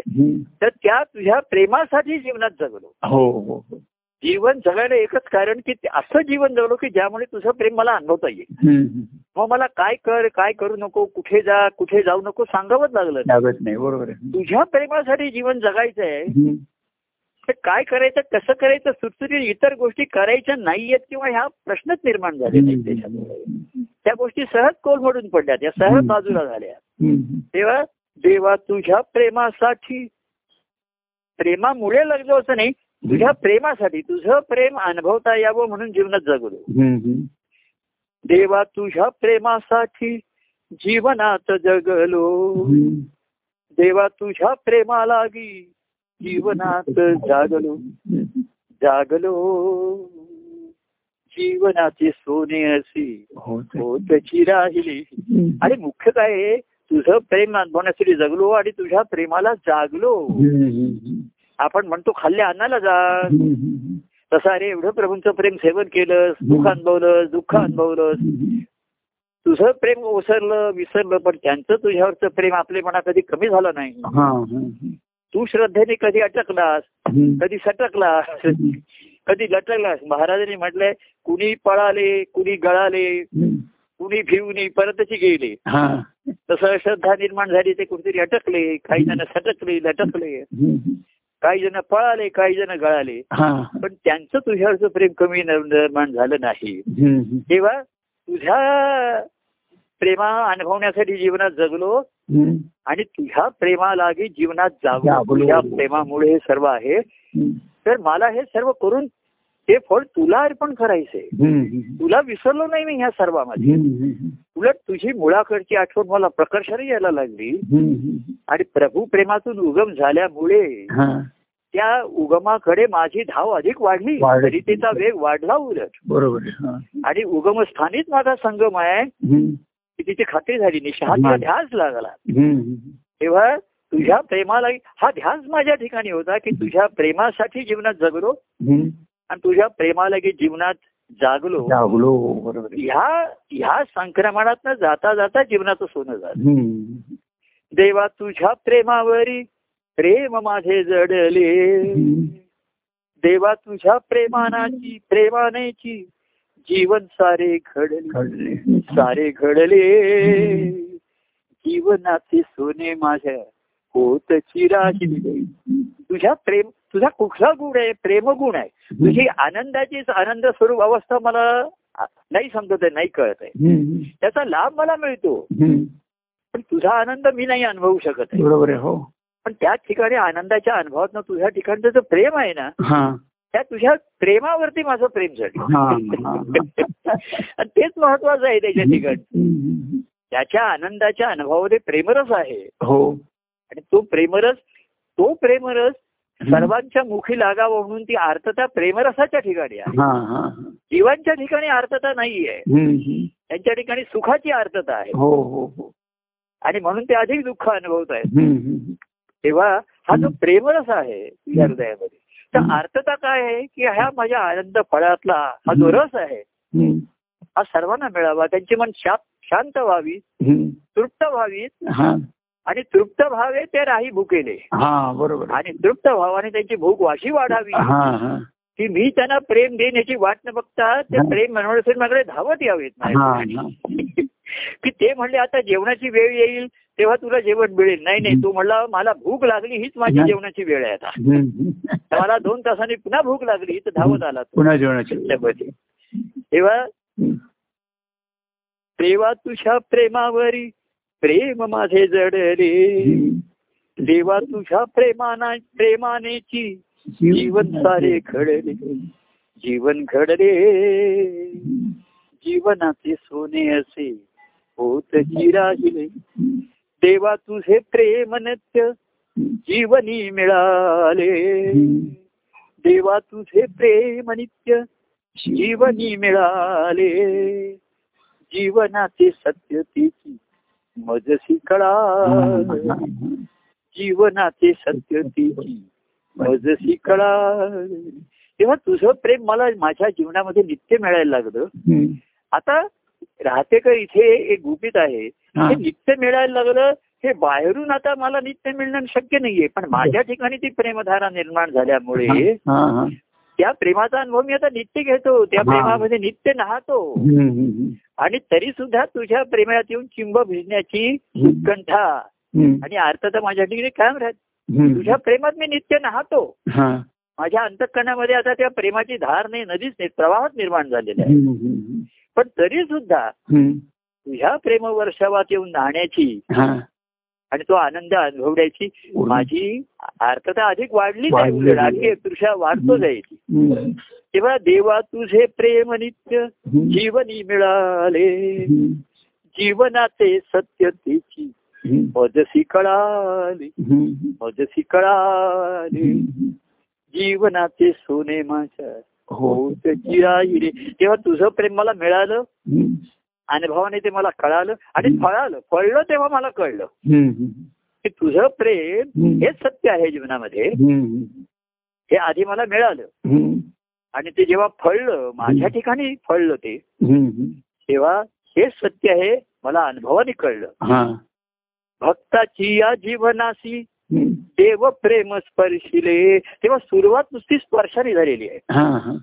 तर त्या तुझ्या प्रेमासाठी जीवनात जगलो हो हो हो जीवन जगायला एकच कारण की ते असं जीवन जगलो की ज्यामुळे तुझं प्रेम मला अनुभवता येईल हम्म. मग मला काय कर काय करू नको कुठे जा कुठे जाऊ नको सांगावंच लागलं नाही. लागत नाही बरोबर आहे तुझ्या प्रेमासाठी जीवन जगायचंय हम्म. तर काय करायचं कसं करायचं सुटसुटी इतर गोष्टी करायच्या नाहीयेत किंवा ह्या प्रश्नच निर्माण झाले नाहीत त्याच्यामुळे त्या गोष्टी सहज कोलमडून पडल्या त्या सहज बाजूला झाल्या हम्म. तेव्हा देवा तुझ्या प्रेमासाठी प्रेमामुळे लागलो असं नाही तुझ्या प्रेमासाठी तुझं प्रेम अनुभवता यावं म्हणून जीवनात जगलो हम्म. देवा तुझ्या प्रेमासाठी जीवनात जगलो हम्म. देवा तुझ्या प्रेमालागी जीवनात जागलो हम्म. जागलो जीवनाचे सोने असे हो ते. होत राहिली आणि हम्म. मुख्य काय आहे, तुझं प्रेम अनुभवण्यासाठी जगलो आणि तुझ्या प्रेमाला जागलो हम्म. आपण म्हणतो खाल्ल्या अन्नाला जा हम्म. तसं अरे एवढं प्रभूंचं प्रेम सेवन केलंस सुख अनुभवलं दुःख अनुभवलंस तुझं प्रेम ओसरलं विसरलं पण त्यांचं तुझ्यावरचं प्रेम आपलेपणा कधी कमी झालं नाही हा, हा. तू श्रद्धेने कधी अटकलास हम्म. कधी सटकलास कधी लटकलास महाराजांनी म्हटलंय कुणी पळाले कुणी गळाले हम्म. कुणी भिवनी परतची गेले हा. तसं श्रद्धा निर्माण झाली ते कुठेतरी अटकले काही जण सटकले लटकले हम्म. काही जण पळाले काही जण गळाले हा. पण त्यांचं तुझ्यावरचं प्रेम कमी निर्माण झालं नाही हम्म. तेव्हा तुझ्या प्रेमा अनुभवण्यासाठी जीवनात जगलो हम्म. आणि तुझ्या प्रेमालागी जीवनात जागलो जागलो. तुझ्या प्रेमामुळे हे सर्व आहे हम्म. तर मला हे सर्व करून हे फळ तुला अर्पण करायचंय हम्म. तुला विसरलो नाही मी ह्या सर्वामध्ये हम्म. उलट तुझी मुळाकडची आठवण मला प्रकर्षाने यायला लागली हम्म. आणि प्रभू प्रेमातून उगम झाल्यामुळे हा. त्या उगमाकडे माझी धाव अधिक वाढली वाढली. रितेचा वेग वाढला उलट बरोबर हाँ। आहे हा. आणि उगमस्थानीच माझा संगम आहे हम्म. की तिची खात्री झाली निशहाचा हम्म. ध्यास लागला हम्म. तेव्हा तुझ्या प्रेमाला हा ध्यास माझ्या ठिकाणी होता की तुझ्या प्रेमासाठी जीवनात जगलो हम्म. आणि तुझ्या प्रेमाला की जीवनात जागलो जागलो बरोबर आहे ह्या ह्या संक्रमणात जाता जाता जीवनाचं सोनं झालं हम्म. देवा तुझ्या प्रेमावरी प्रेम माझे जडले हम्म. देवा तुझ्या प्रेमानाची प्रेमानेची जीवन सारे घडले कळले. सारे घडले जीवनाचे सोने माझ्या होत चिराशिले तुझ्या प्रेम तुझा कुठला गुण आहे प्रेमगुण आहे तुझी आनंदाचीच आनंद स्वरूप अवस्था मला नाही समजत आहे नाही कळत आहे हम्म. त्याचा लाभ मला मिळतो हम्म. पण तुझा आनंद मी नाही अनुभवू शकत आहे बरोबर आहे हो पण पण त्या ठिकाणी आनंदाच्या अनुभवात तुझ्या ठिकाणचं जे प्रेम आहे ना हा त्या तुझ्या प्रेमावरती माझं प्रेम झालं हा हा, हा. आणि तेच महत्वाचं आहे त्याच्या ठिकाणी हम्म. त्याच्या आनंदाच्या अनुभवामध्ये प्रेमरस आहे हो आणि तो प्रेमरस तो प्रेमरस सर्वांच्या मुखी लागावा म्हणून ती आर्थता प्रेमरसाच्या ठिकाणी आहे हा हा जीवांच्या ठिकाणी आर्थता नाहीये हम्म, हम्म. त्यांच्या ठिकाणी सुखाची आर्थता आहे हो हो हो आणि म्हणून ते अधिक दुःख अनुभवत आहेत हम्म, हम्म. तेव्हा हा जो हं. प्रेमरस आहे या हं. हृदयामध्ये तर हं. आर्थता काय आहे की ह्या माझ्या आनंद फळातला हा जो हं. रस आहे हम्म, हा सर्वांना मिळावा त्यांची मन शाप शांत व्हावी हम्म. तृप्त व्हावी हा आणि तृप्त व्हावे ते राही भुकेले हा बरोबर आणि तृप्त व्हावाने त्यांची भूक वाशी वाढावी हा हा की मी त्यांना प्रेम देण्याची वाट न बघता ते हं. प्रेम म्हणून माझ्याकडे धावत यावेत हा नाही हा की ते म्हणले आता जेवणाची वेळ येईल तेव्हा तुला जेवण मिळेल नाही नाही हं. तू म्हणला मला भूक लागली हीच माझी हं. जेवणाची वेळ आहे आता हम्म. मला दोन तासांनी पुन्हा भूक लागली तर धावत आला तो पुन्हा जेवणाची त्यामध्ये. तेव्हा हम्म. देवा तुझ्या प्रेमावरी प्रेम माझे जडले हम्म. देवा तुझ्या प्रेमाना प्रेमानेची जीवन सारे घडले जीवन घडले जीवनाचे सोने असे होत चिराहिले देवा तुझे प्रेम नत्य जीवनी मिळाले देवा तुझे प्रेम नित्य जीवनी मिळाले जीवनाचे सत्य तिची मजसी कळा जीवनाचे सत्य तिची मजसी कळा तेव्हा तुझं प्रेम मला माझ्या जीवनामध्ये नित्य मिळायला लागलं आता राहतेकर इथे एक गुपित आहे हे नित्य मिळायला लागलं हे बाहेरून आता मला नित्य मिळणं शक्य नाहीये पण माझ्या ठिकाणी ती प्रेमधारा निर्माण झाल्यामुळे त्या प्रेमाचा अनुभव मी आता नित्य घेतो त्या हा. प्रेमामध्ये नित्य नाहतो आणि तरी सुद्धा तुझ्या प्रेमात येऊन चिंब भिजण्याची उत्कंठा आणि अर्थता माझ्या ठिकाणी कायम राहत तुझ्या प्रेमात मी नित्य नाहतो माझ्या अंतकरणामध्ये आता त्या प्रेमाची धार नाही नदीच नाही प्रवाहात निर्माण झालेला आहे पण तरी सुद्धा तुझ्या प्रेम वर्षावात येऊन नाण्याची आणि तो आनंद अनुभवण्याची माझी अर्थता अधिक वाढली नाही वाढलेली उलट आहे. आणखी तुझ्या वाढतो जायची तेव्हा देवा तुझे प्रेम नित्य जीवनी मिळाले जीवनाचे सत्य तिची मजसी कळाली मजसी कळाली जीवनाचे सोने माझ्या हो होत चिराई रे तेव्हा तुझं प्रेम मला मिळालं अनुभवाने ते मला कळालं आणि फळालं फळलं तेव्हा मला कळलं की तुझं प्रेम हेच सत्य आहे जीवनामध्ये हे आधी मला मिळालं आणि ते जेव्हा फळलं माझ्या ठिकाणी फळलं ते तेव्हा हेच सत्य आहे मला अनुभवाने कळलं भक्ताची या जीवनाशी देव प्रेम स्पर्शिले तेव्हा सुरुवात नुसती स्पर्शाने झालेली आहे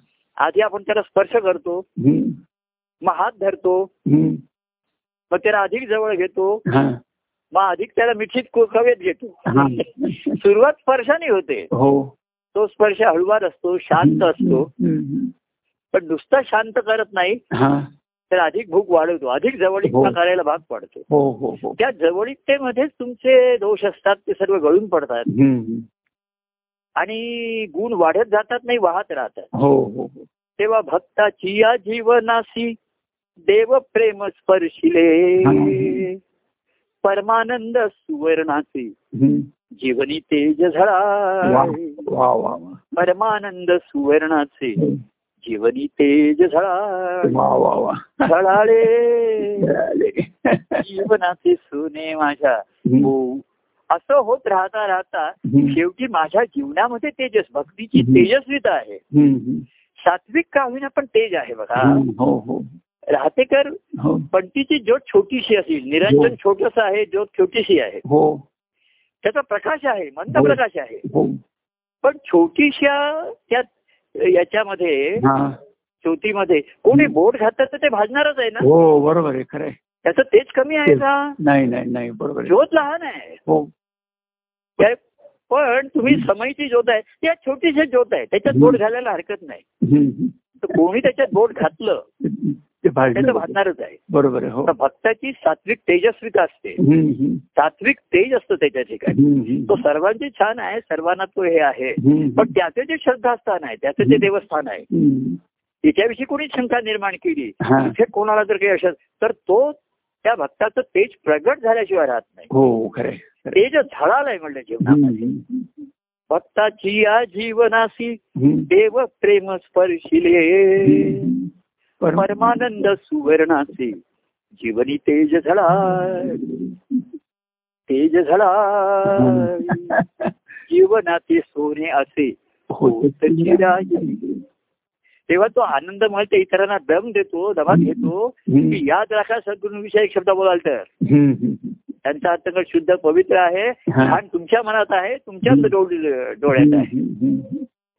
आधी आपण त्याला स्पर्श करतो मग हात धरतो मग त्याला अधिक जवळ घेतो मग अधिक त्याला मिठीत कुरखवेत घेतो सुरुवात स्पर्शाने होते तो स्पर्श हळूवार असतो शांत असतो पण नुसता शांत करत नाही हा तर अधिक भूक वाढवतो अधिक जवळीकता हो. करायला भाग पाडतो हो हो हो त्या जवळीकतेमध्येच तुमचे दोष असतात ते सर्व गळून पडतात हम्म. आणि गुण वाढत जातात नाही वाहत राहतात हो हो हो तेव्हा भक्ताची या जीवनाशी देव प्रेम स्पर्शिले हा. परमानंद सुवर्णाचे हम्म. जीवनी तेज झळा वा वा वा वा. परमानंद सुवर्णाचे जीवनी तेज झळा वा वा वा झळाळे मिळाले. जीवनाचे सुने माझ्या हम्म. हो. असं होत राहता राहता हम्म. शेवटी माझ्या जीवनामध्ये तेजस भक्तीची हम्म. तेजस्विता आहे हम्म. सात्विक का होईना पण तेज आहे बघा हम्म. हो हो राहतेकर हो पंटीची ज्योत छोटीशी असेल निरंजन हो. छोटस आहे ज्योत छोटीशी आहे हो त्याचा प्रकाश आहे मंद हो. प्रकाश आहे हो पण छोटीशा त्या याच्यामध्ये हा. ज्योतीमध्ये कोणी बोट घातलं तर ते भाजणारच आहे ना हो बरोबर आहे खरं आहे. त्याचं तेज कमी आहे का नाही नाही नाही बरोबर आहे ज्योत लहान आहे हो त्या- पण तुम्ही समयची ज्योत आहे त्या छोटीशी ज्योत आहे त्याच्यात बोट घालायला हरकत नाही हम्म. तर कोणी त्याच्यात बोट घातलं ते त्याचं भाजलं भाजणारच आहे बरोबर आहे हो तर भक्ताची सात्विक तेजस्विता असते हम्म, हम्म. सात्विक तेज असतं त्याच्या ठिकाणी हम्म, हम्म. तो सर्वांचे छान आहे सर्वांना तो हे आहे हम्म, पण त्याचे जे श्रद्धास्थान आहे त्याचं जे देवस्थान आहे हम्म. तिच्याविषयी कोणी शंका निर्माण केली हा. तिथे कोणाला जर काही असेल तर तो त्या भक्ताचं तेज प्रगट झाल्याशिवाय राहत नाही हो खरे तेज झळालय म्हणलं जीवनामध्ये भक्ताची या जीवनासी देव प्रेम स्पर्शिले परमानंद सुवर्णासी जीवनी तेज झळा तेज झळा जीवनाचे सोने असे हो, हो, तेव्हा तो आनंद मला त्या इतरांना दम देतो दमात घेतो की याद राखा सद्गुरूंविषयी एक शब्द बोलाल तर त्यांचा अंतर्गत शुद्ध पवित्र आहे छान तुमच्या मनात आहे तुमच्याच डोळ- डोळ्यात आहे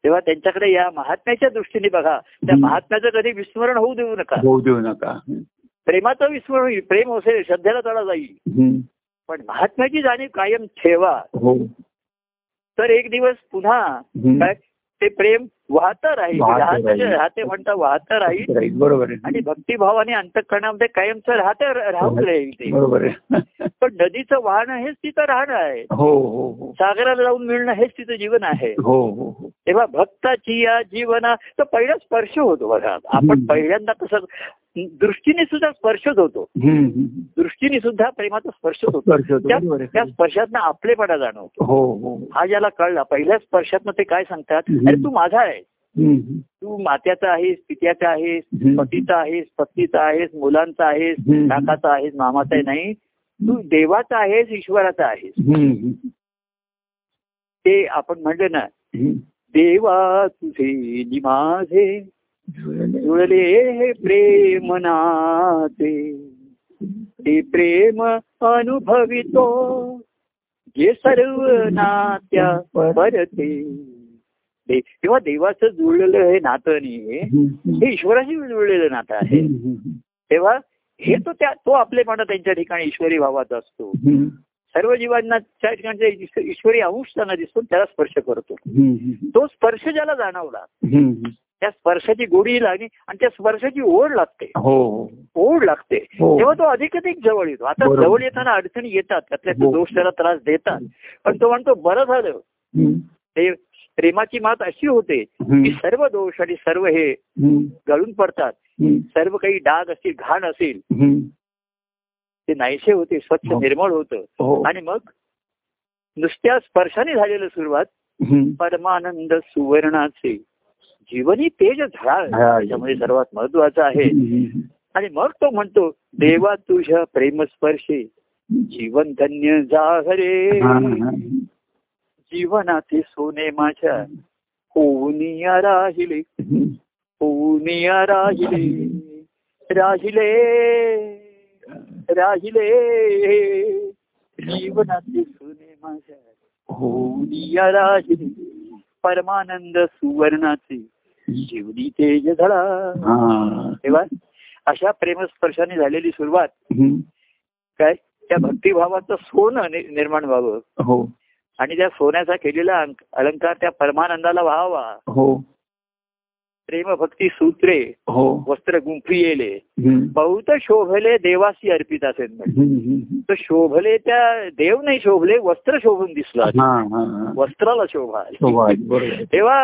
तेव्हा त्यांच्याकडे या महात्म्याच्या दृष्टीने बघा त्या हम्म. महात्म्याचं कधी विस्मरण होऊ देऊ नका होऊ देऊ नका प्रेमाचं विस्मरण होईल प्रेम असेल श्रद्धेला तडा जाईल हम्म. पण महात्म्याची जाणीव कायम ठेवा हो तर एक दिवस पुन्हा हम्म. काय ते प्रेम वाहत राहील वाहतं राहतं जे राहील. राहते म्हणता वाहत राहील राईट, बरोबर आणि आहे भक्तिभावाने अंतकरणामध्ये कायमचं राहत राहून राहील ते बरोबर आहे पण नदीचं वाहन हेच तिचं राहणं आहे हो हो हो सागराला जाऊन मिळणं हेच तिचं जीवन आहे हो हो हो तेव्हा भक्ताची या जीवना तर पहिला स्पर्श होतो बघा आपण हम्म. पहिल्यांदा कसं दृष्टीने सुद्धा स्पर्शच होतो हम्म, हम्म. दृष्टीने सुद्धा प्रेमाचा स्पर्श होतो स्पर्श होतो, त्या- बरोबर आहे. त्या स्पर्शातनं आपलेपणा जाणवतो म्हणजे हो हो हा ज्याला कळला पहिल्या स्पर्शातनं ते काय सांगतात हम्म. अरे तू माझा आहेस हम्म, तू मात्याचा आहेस पित्याचा आहेस हम्म. पतीचा आहेस पत्नीचा आहेस मुलांचा आहेस हम्म. काकाचा आहेस मामाचा आहे नाही तू देवाचा आहेस ईश्वराचा आहेस हम्म, ते आपण म्हणलं ना हम्म. देवा तुझे नि माझे जुळले. जुळले हे प्रेम नाते ते प्रेम अनुभवितो जे सर्व नात्या परते दे- तेव्हा देवाचं जुळलेलं हे नातं नाही हम्म, हे ईश्वराशी जुळलेलं नातं आहे हम्म, तेव्हा हे तो त्या तो आपलेपणा त्यांच्या ठिकाणी ईश्वरी भावाचा असतो हम्म. सर्व जीवांना त्या ठिकाणचा ईश- ईश्वरी अंश त्यांना दिसतो त्याला स्पर्श करतो हम्म, तो स्पर्श ज्याला जाणवला हम्म. त्या स्पर्शाची गोडी लागली आणि त्या स्पर्शाची ओढ लागते हो हो ओढ लागते हो. तेव्हा तो अधिकाधिक जवळ येतो आता बरोबर. जवळ येताना अडचणी येतात त्यातल्या हो. दोष त्याला त्रास देतात पण तो म्हणतो बरं झालं हम्म, ते प्रेमाची मात अशी होते की हम्म, सर्व दोष आणि सर्व हे हम्म, गळून पडतात हम्म, सर्व काही डाग असतील घाण असेल हम्म. ते नाहीसे होते स्वच्छ हो. निर्मळ होतं हो आणि मग नुसत्या स्पर्शाने झालेलं सुरुवात हम्म. परमानंद सुवर्णाचे जीवनी तेज झाळ हा. त्याच्यामध्ये सर्वात महत्वाचं आहे हम्म, आणि मग तो म्हणतो देवा तुझ्या प्रेमस्पर्शी जीवन धन्य जाहरे हा, हा. जीवनाचे सोने माझ्या होऊन या राहिले हम्म. होऊन या राहिले राहिले राहिले जीवनाचे सोने माझ्या हो होऊन या राहिले परमानंद सुवर्णाचे जीवनी तेज धडा हा. तेव्हा अशा प्रेमस्पर्शाने झालेली सुरुवात हम्म. काय त्या भक्तिभावाचं सोनं नि- निर्माण व्हावं हो आणि त्या सोन्याचा केलेला अंक- अलंकार त्या परमानंदाला व्हावा हो प्रेम भक्ती सूत्रे हो वस्त्र गुंफी येले हम्म. बहुत शोभले देवासी अर्पित असेल म्हणे. हम्म, हम्म. तर शोभले त्या देव नाही शोभले वस्त्र शोभून दिसला हा, हा, हा. वस्त्राला शोभा आली. हो, आहे, बरोबर आहे. तेव्हा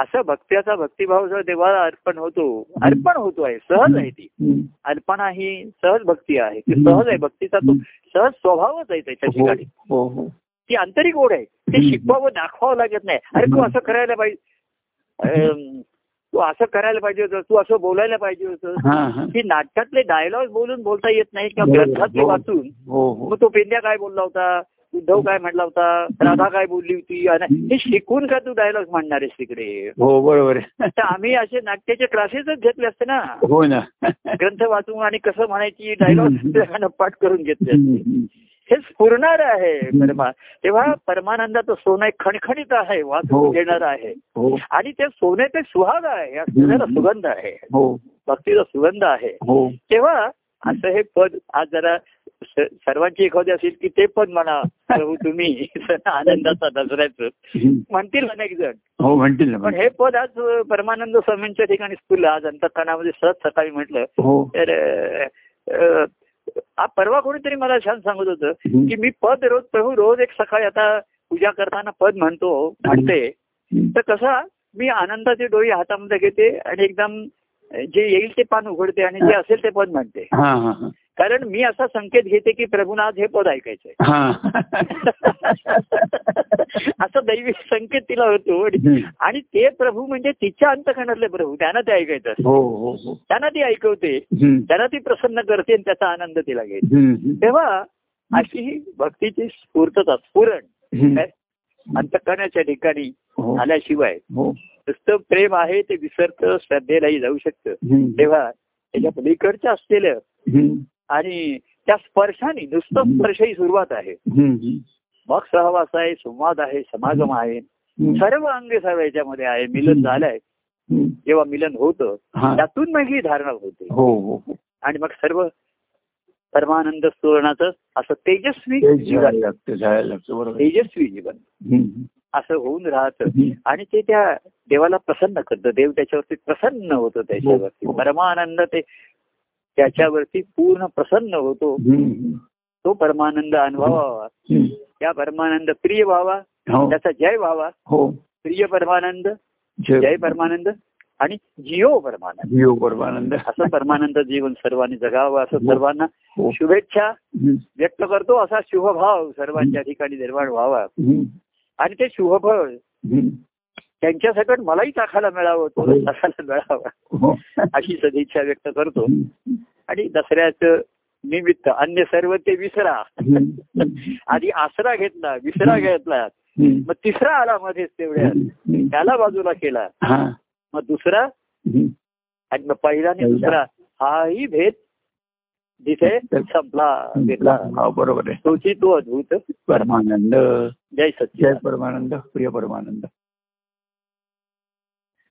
असा भक्त्याचा भक्तिभाव जर देवाला अर्पण होतो अर्पण होतो आहे सहज आहे ती हम्म. अर्पणा ही सहज भक्ती आहे ती सहज आहे भक्तीचा तो सहज स्वभावच आहे त्याच्या हो ठिकाणी हो हो ती आंतरिक ओढ आहे ते हम्म. शिकवावं दाखवावं लागत नाही अरे तू असं करायला पाहिजे अं, तू असं करायला पाहिजे होतं तू असं बोलायला पाहिजे होतं हा, हा. की नाटकातले डायलॉग बोलून बोलता येत नाही किंवा बरोबर. ग्रंथातले हो. वाचून हो मग हो तो पेंड्या काय बोलला होता उद्धव काय म्हणला होता राधा काय बोलली होती आणि हे शिकून का तू डायलॉग म्हणणार आहेस तिकडे हो बरोबर आहे. तर आम्ही असे नाट्याचे क्लासेसच घेतले असते ना हो ना ग्रंथ वाचून आणि कसं म्हणायची डायलॉग पाठ करून घेतले असते. हम्म. हे स्फुरणार आहे परमा तेव्हा परमानंदाचं सोनं एक खणखणीत आहे हो. वाचून घेणार आहे हो आणि ते सोने ते सुहाग आहे या सोन्याला सुगंध आहे हो भक्तीचा सुगंध आहे हो तेव्हा असं हे पद आज जरा स- सर्वांची एखादी असेल की ते पण म्हणा प्रभू तुम्ही सण आनंदाचा दसऱ्याचं हम्म. म्हणतील अनेक जण हो म्हणतील ना पण हे पद आज अ, परमानंद स्वामींच्या ठिकाणी स्कूल आज अंतकरणामध्ये सहज सकाळी म्हटलं हो तर अ, अ, आ- परवा कोणीतरी मला छान सांगत होतं हम्म. की मी पद रोज प्रभू रोज एक सकाळी आता पूजा करताना पद म्हणतो म्हणते हम्म. तर कसा मी आनंदाचे डोळे हातामध्ये घेते आणि एकदम जे येईल ते पान उघडते आणि जे असेल ते पद म्हणते हा हा हा. कारण मी असा संकेत घेते की प्रभूना आज हे पद ऐकायचंय हा असा दैवी संकेत तिला होतो आणि- हम्म. आणि ते प्रभू म्हणजे तिच्या अंतकणातले प्रभू त्यांना ते ऐकायचं असतं. हो हो हो त्यांना ती ऐकवते हम्म. त्यांना ती प्रसन्न करते आणि त्याचा आनंद तिला घेते हम्म. तेव्हा अशी ही भक्तीची स्फूर्तता स्फुरण हम्म. अंतकणाच्या ठिकाणी हो आल्याशिवाय हो नुसतं प्रेम आहे ते विसरतं श्रद्धेलाही जाऊ शकतं हम्म. तेव्हा त्याच्या पलीकडच्या असलेलं हम्म. आणि त्या स्पर्शाने नुसतं स्पर्शही सुरुवात आहे हम्म. मग सहवास आहे संवाद आहे समागम आहे हम्म. सर्व अंगे सर्व याच्यामध्ये आहे मिलन झालंय हम्म. जेव्हा मिलन होतं हा त्यातून मग ही धारणा होते हो हो हो. आणि मग सर्व परमानंद स्तोरणाचं असं तेजस्वी ते जीवन जायला लागतं जायला लागतं बरोबर आहे. तेजस्वी जीवन हम्म. असं होऊन राहतं हम्म. आणि ते त्या देवाला प्रसन्न करतं देव त्याच्यावरती प्रसन्न होतो त्याच्यावरती हो. परमानंद ते त्याच्यावरती पूर्ण प्रसन्न होतो हम्म. तो परमानंद अनुभवावा हम्म. त्या परमानंद प्रिय व्हावा हो त्याचा जय व्हावा हो प्रिय परमानंद जय परमानंद आणि जिओ परमानंद जीव परमानंद असं परमानंद जीवन सर्वांनी जगावं असं हो. सर्वांना हो. शुभेच्छा हम्म. व्यक्त करतो असा शुभभाव सर्वांच्या ठिकाणी निर्माण व्हावा हम्म. आणि ते शुभफळ हम्म. त्यांच्यासकट मलाही चाखायला मिळावं हो. थोडं चाखायला मिळावं हो. अशी सदिच्छा व्यक्त करतो हम्म. आणि दसऱ्याचं निमित्त अन्य सर्व ते विसरा हम्म. आधी आसरा घेतला विसरा घेतला हम्म. मग तिसरा आला मध्येच तेवढ्यात हम्म. त्याला बाजूला केला हा. मग दुसरा हम्म. आणि मग पहिला आणि पहिला. दुसरा हाही भेद जिथे संपला भेटला हा, बरोबर आहे तोची तो अद्भुत परमानंद जय जय सच्चिदानंद परमानंद प्रिय परमानंद